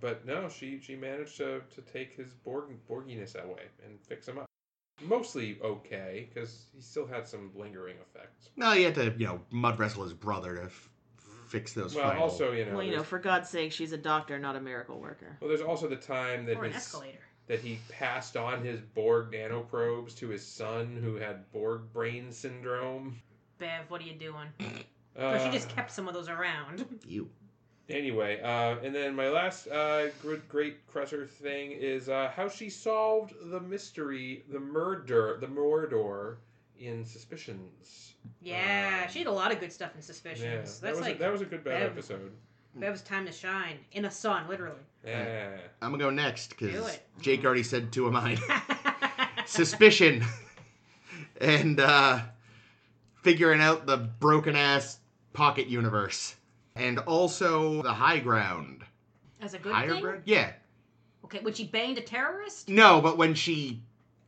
But no, she she managed to to take his Borg Borginess away and fix him up. Mostly okay, because he still had some lingering effects.
No, he had to, you know, mud wrestle his brother to f- fix those.
Well,
final-
also you know,
Well, you know,
there's-
for God's sake, she's a doctor, not a miracle worker.
Well, there's also the time that
or an
his,
escalator.
that he passed on his Borg nanoprobes to his son, who had Borg brain syndrome.
Bev, what are you doing?
Uh,
Or she just kept some of those around.
you.
Anyway, uh, and then my last uh, great, great crusher thing is uh, how she solved the mystery, the murder, the murder in Suspicions.
Yeah,
Um,
she had a lot of good stuff in
Yeah,
Suspicions.
that
That's
was
like
a, that was a good bad
Bev-
episode.
Bev's time to shine in a sun, literally.
Yeah.
I'm gonna go next
Do
because
it.
Jake already said two of mine. Suspicion, and uh, figuring out the broken ass pocket universe, and also the high ground.
As a good
Higher
thing.
ground? Yeah.
Okay, when she banged a terrorist.
No, but when she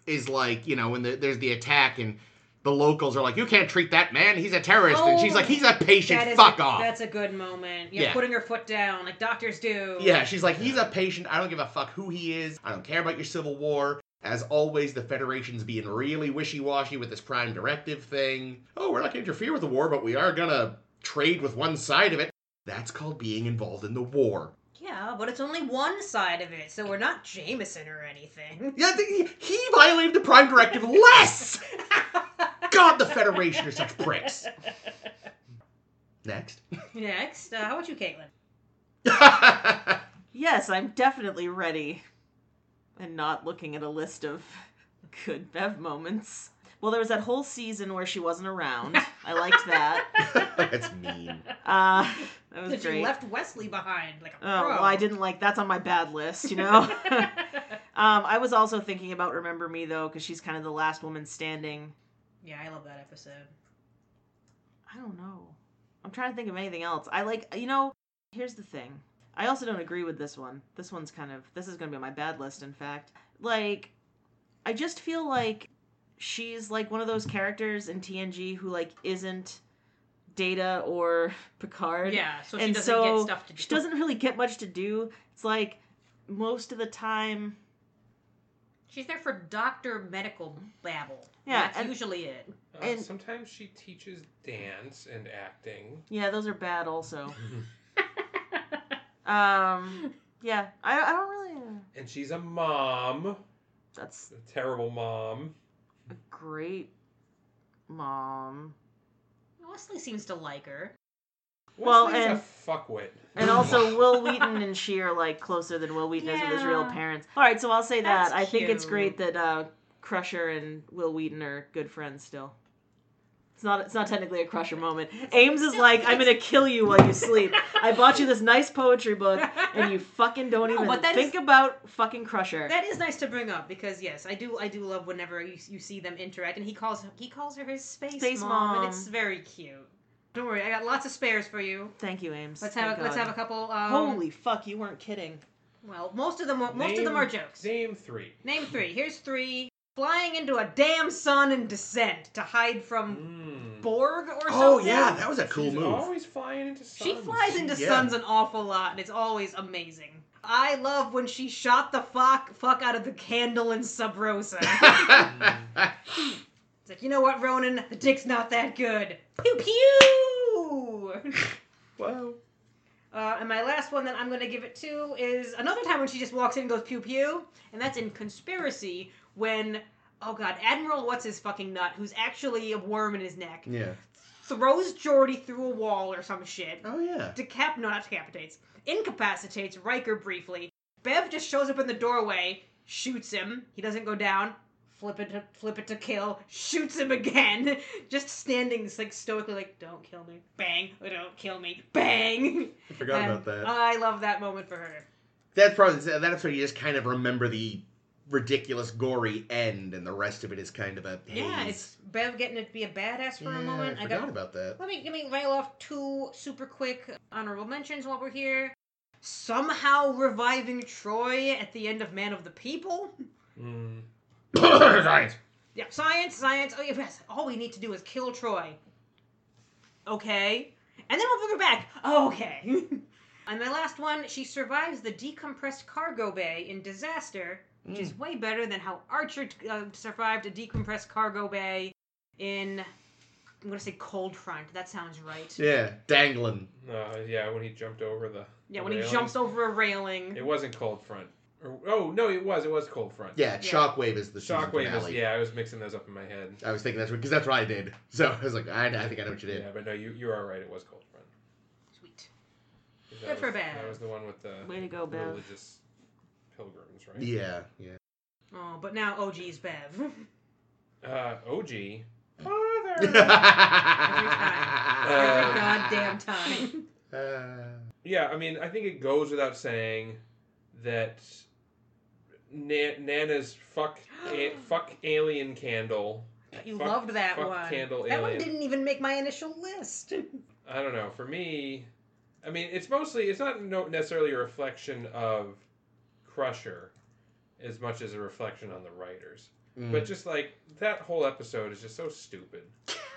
is like, you know, when the, there's the attack and the locals are like, "You can't treat that man. He's a terrorist," and she's
Oh,
like, "He's a patient.
That is
Fuck
a,
off."
That's a good moment. Yeah,
Yeah.
putting her foot down like doctors do.
Yeah, she's like, he's a patient. I don't give a fuck who he is. I don't care about your civil war. As always, the Federation's being really wishy washy with this Prime Directive thing. Oh, we're not going to interfere with the war, but we are going to trade with one side of it. That's called being involved in the war.
Yeah, but it's only one side of it, so we're not Jameson or anything.
Yeah, th- he violated the Prime Directive less! God, the Federation are such pricks. Next.
Next, uh, how about you, Caitlin?
Yes, I'm definitely ready. And not looking at a list of good Bev moments. Well, there was that whole season where she wasn't around. I liked that.
That's mean.
Uh, That was
That
great.
you left Wesley behind like a
oh,
pro.
well, I didn't like that's on my bad list, you know? um, I was also thinking about Remember Me, though, because she's kind of the last woman standing.
yeah, I love that episode.
I don't know. I'm trying to think of anything else. I like, you know, here's the thing. I also don't agree with this one. This one's kind of, this is going to be my bad list, in fact. Like, I just feel like she's like one of those characters in TNG who, like, isn't Data or Picard.
Yeah, so she
And
doesn't
so
get stuff to do.
She doesn't really get much to do. It's like most of the time,
She's there for doctor medical babble.
Yeah,
that's
and-
usually it.
Uh,
And-
sometimes she teaches dance and acting.
yeah, those are bad also. um, yeah, I, I don't really.
And she's a mom,
That's
a terrible mom.
a great mom.
Wesley seems to like her.
Well,
Wesley's
and-
a fuckwit.
And also, Will Wheaton and she are like closer than Will Wheaton is with his real
Yeah.
parents. All right, so I'll say that.
That's
I think it's
cute.
great that uh, Crusher and Will Wheaton are good friends still. It's not. It's not technically a Crusher moment. Ames is
Still,
like, I'm
it's-
gonna kill you while you sleep. I bought you this nice poetry book, and you fucking don't
No,
even
but that
think about fucking Crusher.
That is nice to bring up because yes, I do I do love whenever you, you see them interact and he calls he calls her his space,
Space
mom,
mom.
and it's very cute. Don't worry, I got lots of spares for you.
Thank you, Ames.
Let's have
Thank
a, let's
God.
have a couple. Um,
Holy fuck, you weren't kidding.
Well, most of them are, most of them
Name-
are jokes.
Name three.
Name three. Here's three. Flying into a damn sun and descent to hide from
Mm.
Borg or something.
Oh yeah, that was a cool
She's
move.
always flying into
She
suns.
flies into
Yeah.
suns an awful lot, and it's always amazing. I love when she shot the fuck, fuck out of the candle in Sub Rosa. it's like, you know what, Ronan? The dick's not that good. Pew pew!
wow.
Uh, and my last one that I'm going to give it to is another time when she just walks in and goes pew pew, and that's in Conspiracy when, oh god, Admiral What's His Fucking Nut, who's actually a worm in his neck,
Yeah.
throws Geordi through a wall or some shit.
Oh yeah.
decap no not decapitates incapacitates Riker briefly. Bev just shows up in the doorway, shoots him. He doesn't go down. Flip it to flip it to kill. Shoots him again. Just standing like stoically, like don't kill me. Bang. Oh, Don't kill me. Bang.
I forgot
And uh,
about that.
I love that moment for her.
That's probably that episode. You just kind of remember the ridiculous, gory end, and the rest of it is kind of a haze.
Yeah, it's Bev getting to be a badass for a
Yeah,
moment.
I forgot
got
about that.
Let me let me rail off two super quick honorable mentions while we're here. Somehow reviving Troy at the end of Man of the People.
Mm.
Science.
Yeah, science, science. Oh, yes. All we need to do is kill Troy. Okay. And then we'll bring her back. Okay. and my last one, she survives the decompressed cargo bay in disaster, which
Mm.
is way better than how Archer uh, survived a decompressed cargo bay in. I'm gonna say cold front. That sounds right. Yeah,
Yeah, dangling.
Uh, yeah, when he jumped over the. the
when he
railing.
jumps over a railing.
It wasn't cold front. Or, oh no, it was. It was cold front.
Yeah, shockwave is the season
Shockwave is.
finale.
Yeah, I was mixing those up in my head.
I was thinking that's because that's what I did. So I was like, I, I think I know what you
Yeah,
did.
but no, you you are right. It was cold front.
Sweet.
That
Good for
was-
Bev.
That was the one with the
Way to go, Bev.
religious pilgrims, right?
Yeah, yeah.
Oh, but now OG's Bev.
Uh, OG.
Every
Uh,
goddamn time.
Uh,
Yeah, I mean, I think it goes without saying that Na- Nana's fuck a- fuck alien candle.
You
Fuck-
loved that
fuck
one.
Candle
that one
Alien.
didn't even make my initial list.
I don't know. For me, I mean, it's mostly it's not no, necessarily a reflection of Crusher as much as a reflection on the writers.
mm.
But just like that whole episode is just so stupid.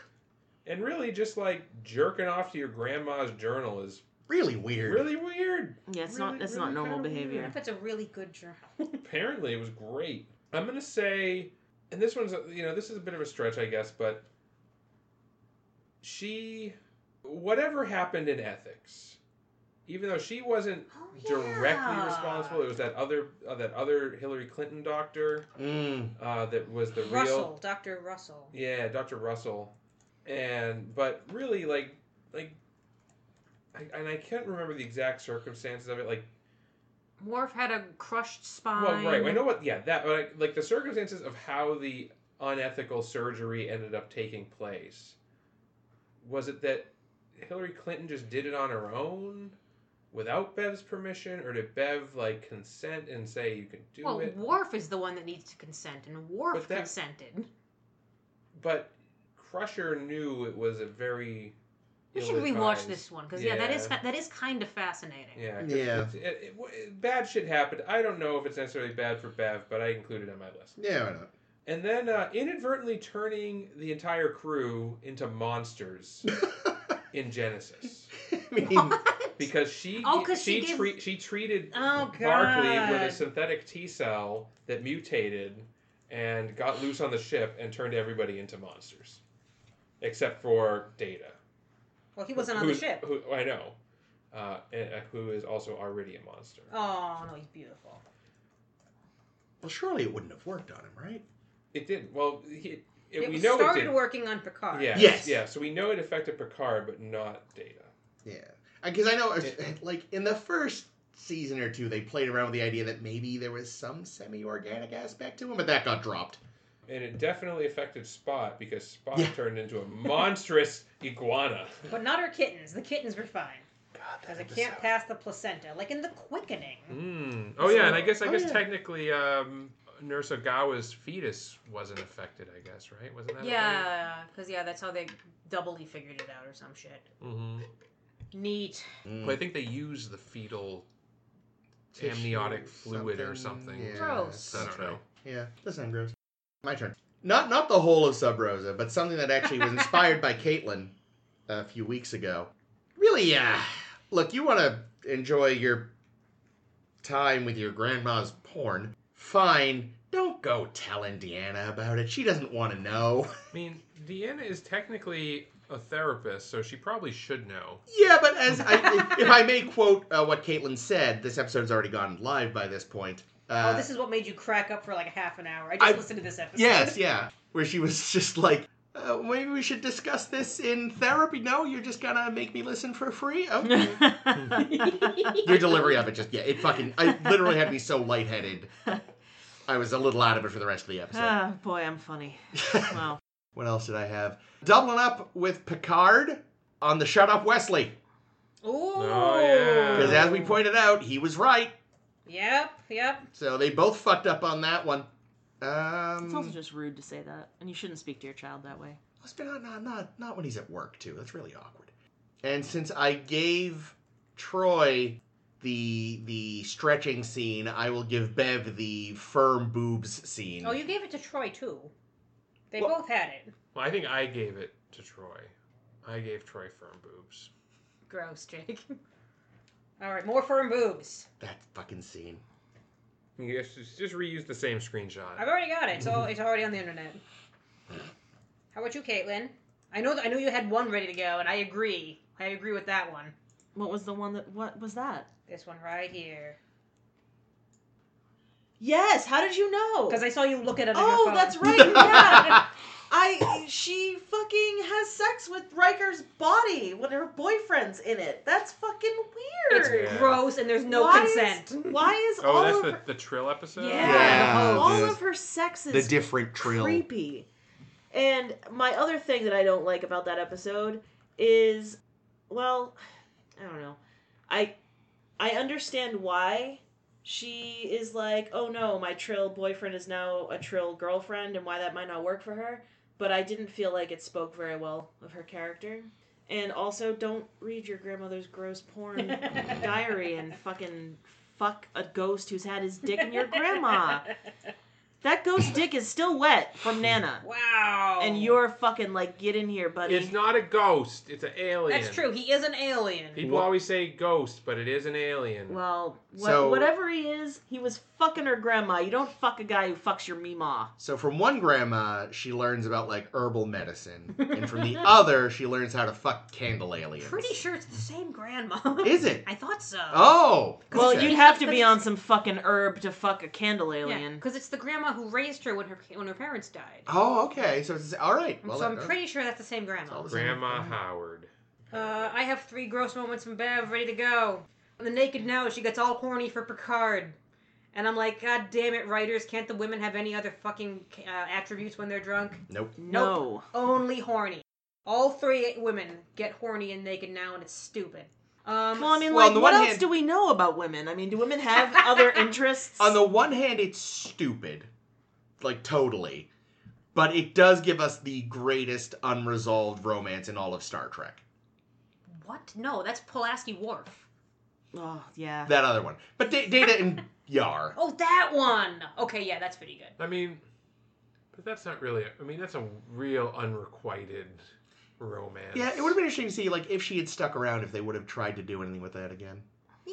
and really just like jerking off to your grandma's journal is
really weird.
really weird.
yeah, it's
Really,
not. It's
really
not normal
kinda
behavior.
weird.
That's a really good journal.
Apparently it was great. I'm going to say and this one's you know, this is a bit of a stretch I guess, but she whatever happened in ethics. Even though she wasn't
Oh,
directly responsible, it was that other uh, that other Hillary Clinton doctor
Mm.
uh, that was the
Russell,
real
Dr. Russell.
Yeah, Dr. Russell, and but really like like, I, and I can't remember the exact circumstances of it. Like,
Worf had a crushed spine.
well, right, I know what. Yeah, that but like, like the circumstances of how the unethical surgery ended up taking place. Was it that Hillary Clinton just did it on her own without Bev's permission, or did Bev like consent and say you can do
well,
it?
Worf is the one that needs to consent, and Worf
But that-
consented.
But Crusher knew it was a very.
We should rewatch
ill-advised-
this one because yeah. that is
Yeah.
fa- that is kind of fascinating.
Yeah, 'cause
Yeah.
it's- It, it, it- bad shit happened. I don't know if it's necessarily bad for Bev, but I included it on my list.
Yeah, why not?
And then uh, inadvertently turning the entire crew into monsters in Genesis
I mean,
because she
Oh, 'cause
she
she gave-
treat- she treated
Oh
Barclay with a
god.
synthetic T cell that mutated and got loose on the ship and turned everybody into monsters, except for Data.
Well, he wasn't on the
who's-
ship.
Who, I know, uh, and, uh, who is also already a monster.
Oh no, he's beautiful.
well, surely it wouldn't have worked on him, right?
It did well. He, it,
It
we
was
know it
started
did.
working on Picard.
Yeah.
Yes.
Yeah. So we know it affected Picard, but not Data.
Yeah, because I know, like in the first season or two, they played around with the idea that maybe there was some semi-organic aspect to him, but that got dropped.
And it definitely affected Spot because Spot
Yeah.
turned into a monstrous iguana.
But not our kittens. The kittens were fine because it can't pass the placenta, like in the quickening.
Mm. Oh yeah, and I guess I
Oh,
guess
yeah.
technically um, Nurse Ogawa's fetus wasn't affected. I guess right? Wasn't that?
Yeah, because yeah, that's how they doubly figured it out or some shit.
Mm-hmm.
Hmm.
Neat.
Mm.
But I think they used the fetal amniotic fluid or something.
Yeah,
Gross.
I don't know.
Yeah, that sounds gross. My turn. Not not the whole of Sub Rosa, but something that actually was inspired by Caitlin a few weeks ago. Really, yeah. Look, you want to enjoy your time with your grandma's porn? Fine. Don't go telling Deanna about it. She doesn't want to know.
I mean, Deanna is technically a therapist, so she probably should know.
Yeah, but as I, if, if I may quote uh, what Caitlin said, this episode's already gone live by this point. Uh,
oh, this is what made you crack up for like a half an hour. I just
I-
listened to this episode.
Yes, yeah. Where she was just like, uh, maybe we should discuss this in therapy. No, you're just gonna make me listen for free. Okay. Your delivery of it just yeah, it fucking I literally had me so lightheaded. I was a little out of it for the rest of the episode.
Ah, boy, I'm funny. Wow.
what else did I have? Doubling up with Picard on the Shut Up Wesley.
Ooh.
Oh, yeah.
Because as we pointed out, he was right.
Yep. Yep.
So they both fucked up on that one. Um,
It's also just rude to say that, and you shouldn't speak to your child that way.
Let's be not, not not not when he's at work too. That's really awkward. And since I gave Troy the the stretching scene, I will give Bev the firm boobs scene.
Oh, you gave it to Troy too. They
Well-
both had it.
Well, I think I gave it to Troy. I gave Troy firm boobs.
Gross, Jake. All right, more firm boobs.
that fucking scene.
Yes, just just reuse the same
I've
screenshot.
already got it. It's all it's already on the internet. How about you, Caitlin? I know I know you had one ready to go, and I agree. I agree with that one.
What was the one that? What was that?
This one right here,
Yes. How did you know?
because I saw you look at it. on your
Oh,
phone.
that's right. Yeah. I she fucking has sex with Riker's body when her boyfriend's in it. That's fucking weird.
It's
Yeah.
gross, and there's no
Why is-
consent.
Why is
Oh,
all
that's
of
the,
her,
the Trill episode?
yeah,
Yeah,
all
the-
of her sex is
The different trill.
creepy. And my other thing that I don't like about that episode is, well, I don't know. I I understand why she is like, oh no, my trill boyfriend is now a trill girlfriend, and why that might not work for her. But I didn't feel like it spoke very well of her character. And also, don't read your grandmother's gross porn diary and fucking fuck a ghost who's had his dick in your grandma. That ghost dick is still wet from Nana.
Wow.
And you're fucking like, get in here, buddy.
It's not a ghost. It's an alien.
That's true. He is an alien.
People always say ghost, but it is an alien.
well, wha-
So-
whatever he is, he was fucking her grandma. You don't fuck a guy who fucks your mima.
So from one grandma, she learns about like herbal medicine, and from the other, she learns how to fuck candle aliens.
Pretty sure it's the same grandma.
Is it?
I thought so.
Oh,
Well,
okay.
you'd have to be on some fucking herb to fuck a candle
Yeah,
alien.
because it's the grandma who raised her when her when her parents died.
Oh, okay. So it's all right. Well,
so I'm
that-
pretty sure that's the same
it's
grandma.
all the same.
Grandma Howard.
Uh, I have three gross moments from Bev ready to go. On the naked now, she gets all horny for Picard, and I'm like, God damn it, writers! Can't the women have any other fucking uh, attributes when they're drunk?
Nope.
No.
Only horny. All three women get horny and naked now, and it's stupid. Um,
Well, I mean,
Well, on
like,
the
what
one
else
hand-
do we know about women? I mean, do women have other interests?
On the one hand, it's stupid, like totally, but it does give us the greatest unresolved romance in all of Star Trek.
what? No, that's Pulaski Wharf.
oh, yeah.
That other one, but da- Data and Yar.
Oh, that one. Okay, yeah, that's pretty good.
I mean, but that's not really. I mean, that's a real unrequited romance.
Yeah, it would have been interesting to see like if she had stuck around, if they would have tried to do anything with that again.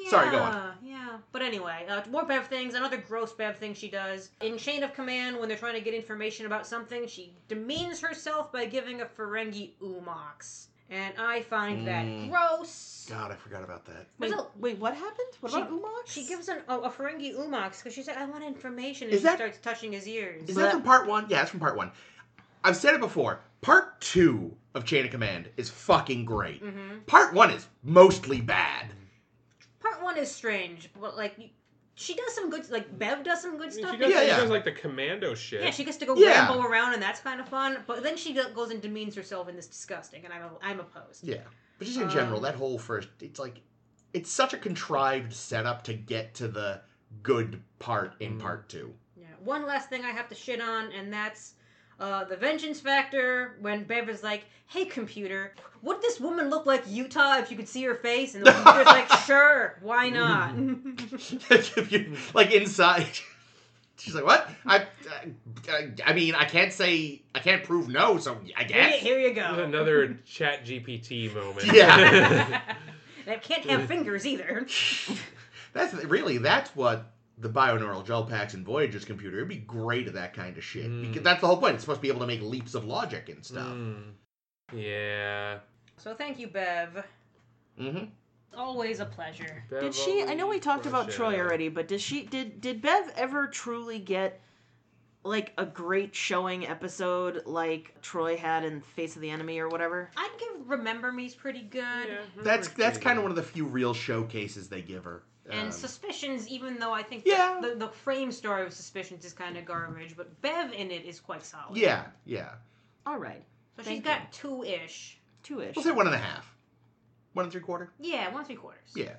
Sorry, go on.
Yeah, Yeah, but anyway, uh, more Bev things. Another gross Bev thing she does in Chain of Command when they're trying to get information about something. She demeans herself by giving a Ferengi umox, and I find that
Mm.
gross.
God, I forgot about that.
Wait,
There's a-
wait, what happened? What
She-
about Umox?
She gives an, a, a Ferengi umox because she said, "I want information," and
Is
she
that-
starts touching his ears.
Is
So
that,
that-
from part one? Yeah, it's from part one. I've said it before. Part two of Chain of Command is fucking great.
hmm
Part one is mostly bad.
Part one is strange, but like you- she does some good, like Bev does some good
She
stuff.
does,
Yeah,
she
yeah.
does like the commando shit.
Yeah, she gets to go
Yeah.
ramble around, and that's kind of fun. But then she go- goes and demeans herself, and it's disgusting, and I'm I'm opposed.
Yeah, but just in general,
Um,
that whole first, it's like, it's such a contrived setup to get to the good part in
Mm.
part two.
Yeah. One last thing I have to shit on, and that's uh, the vengeance factor when Bev is like, "Hey, computer, would this woman look like Utah if you could see her face?" And the computer's like, "Sure, why not?"
If you- like inside, she's like, "What? I, I, I mean, I can't say, I can't prove no, so I
Here,
guess."
here you
This is
go.
another Chat GPT moment.
Yeah.
They can't have fingers either.
That's really that's what the bioneural gel packs and Voyager's computer. It'd be great at that kind of shit.
Mm.
Because that's the whole point. It's supposed to be able to make leaps of logic and stuff.
Mm. Yeah.
So thank you, Bev.
hmm
Always a pleasure.
Did she? I know we talked about Troy already, but does she? Did did Bev ever truly get like a great showing episode like Troy had in Face of the Enemy or whatever?
I'd give Remember Me's pretty good.
That's that's kind of one of the few real showcases they give her.
And
Um,
Suspicions, even though I think
Yeah.
the, the frame story of Suspicions is kind of garbage, but Bev in it is quite solid.
yeah, yeah.
All right,
So she's
Thank
got two ish.
two ish.
We'll say one and a half, one and three quarter.
Yeah, one three quarters.
Yeah,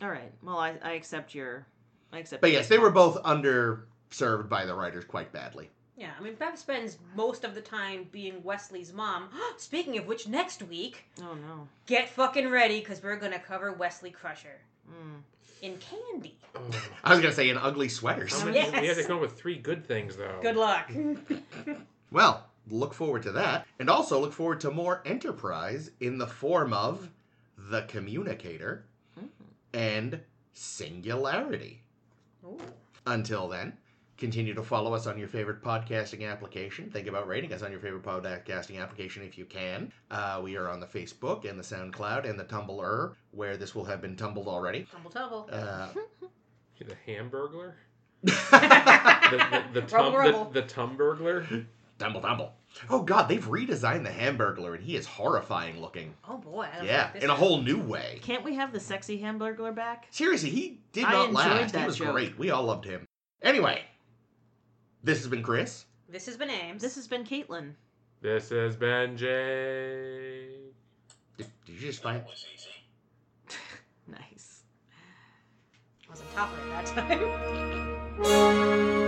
All right. Well, I, I accept your. I accept.
but
your-
yes, they were both underserved by the writers quite badly.
Yeah, I mean, Bev spends most of the time being Wesley's mom. Speaking of which, next week,
Oh no.
get fucking ready because we're going to cover Wesley Crusher
Mm.
in candy.
I was gonna say in ugly sweaters.
How many,
Yes.
Oh, We have to come up with three good things,
Oh.
though.
Good luck.
Well, look forward to that, and also look forward to more Enterprise in the form of the Communicator
Mhm.
and Singularity.
Ooh.
Until then, continue to follow us on your favorite podcasting application. Think about rating us on your favorite podcasting application if you can. Uh, we are on the Facebook and the SoundCloud and the Tumblr, where this will have been tumbled already.
Tumble tumble.
Uh,
The Hamburglar?
tumble,
The, the, the, tum,
Rubble, rubble.
the, the Tumburglar?
tumble. Oh God, they've redesigned the Hamburglar, and he is horrifying looking.
oh boy. I don't
Yeah,
like this
in a
guy.
whole new way.
Can't we have the sexy hamburger back?
Seriously, he did
I
not
enjoyed
last. he
that
was
joke.
great. We all loved him. Anyway, this has been Chris.
This has been Ames.
This has been Caitlin.
This has been Jay.
Did, did you just find?
Nice.
I was on top of it that time.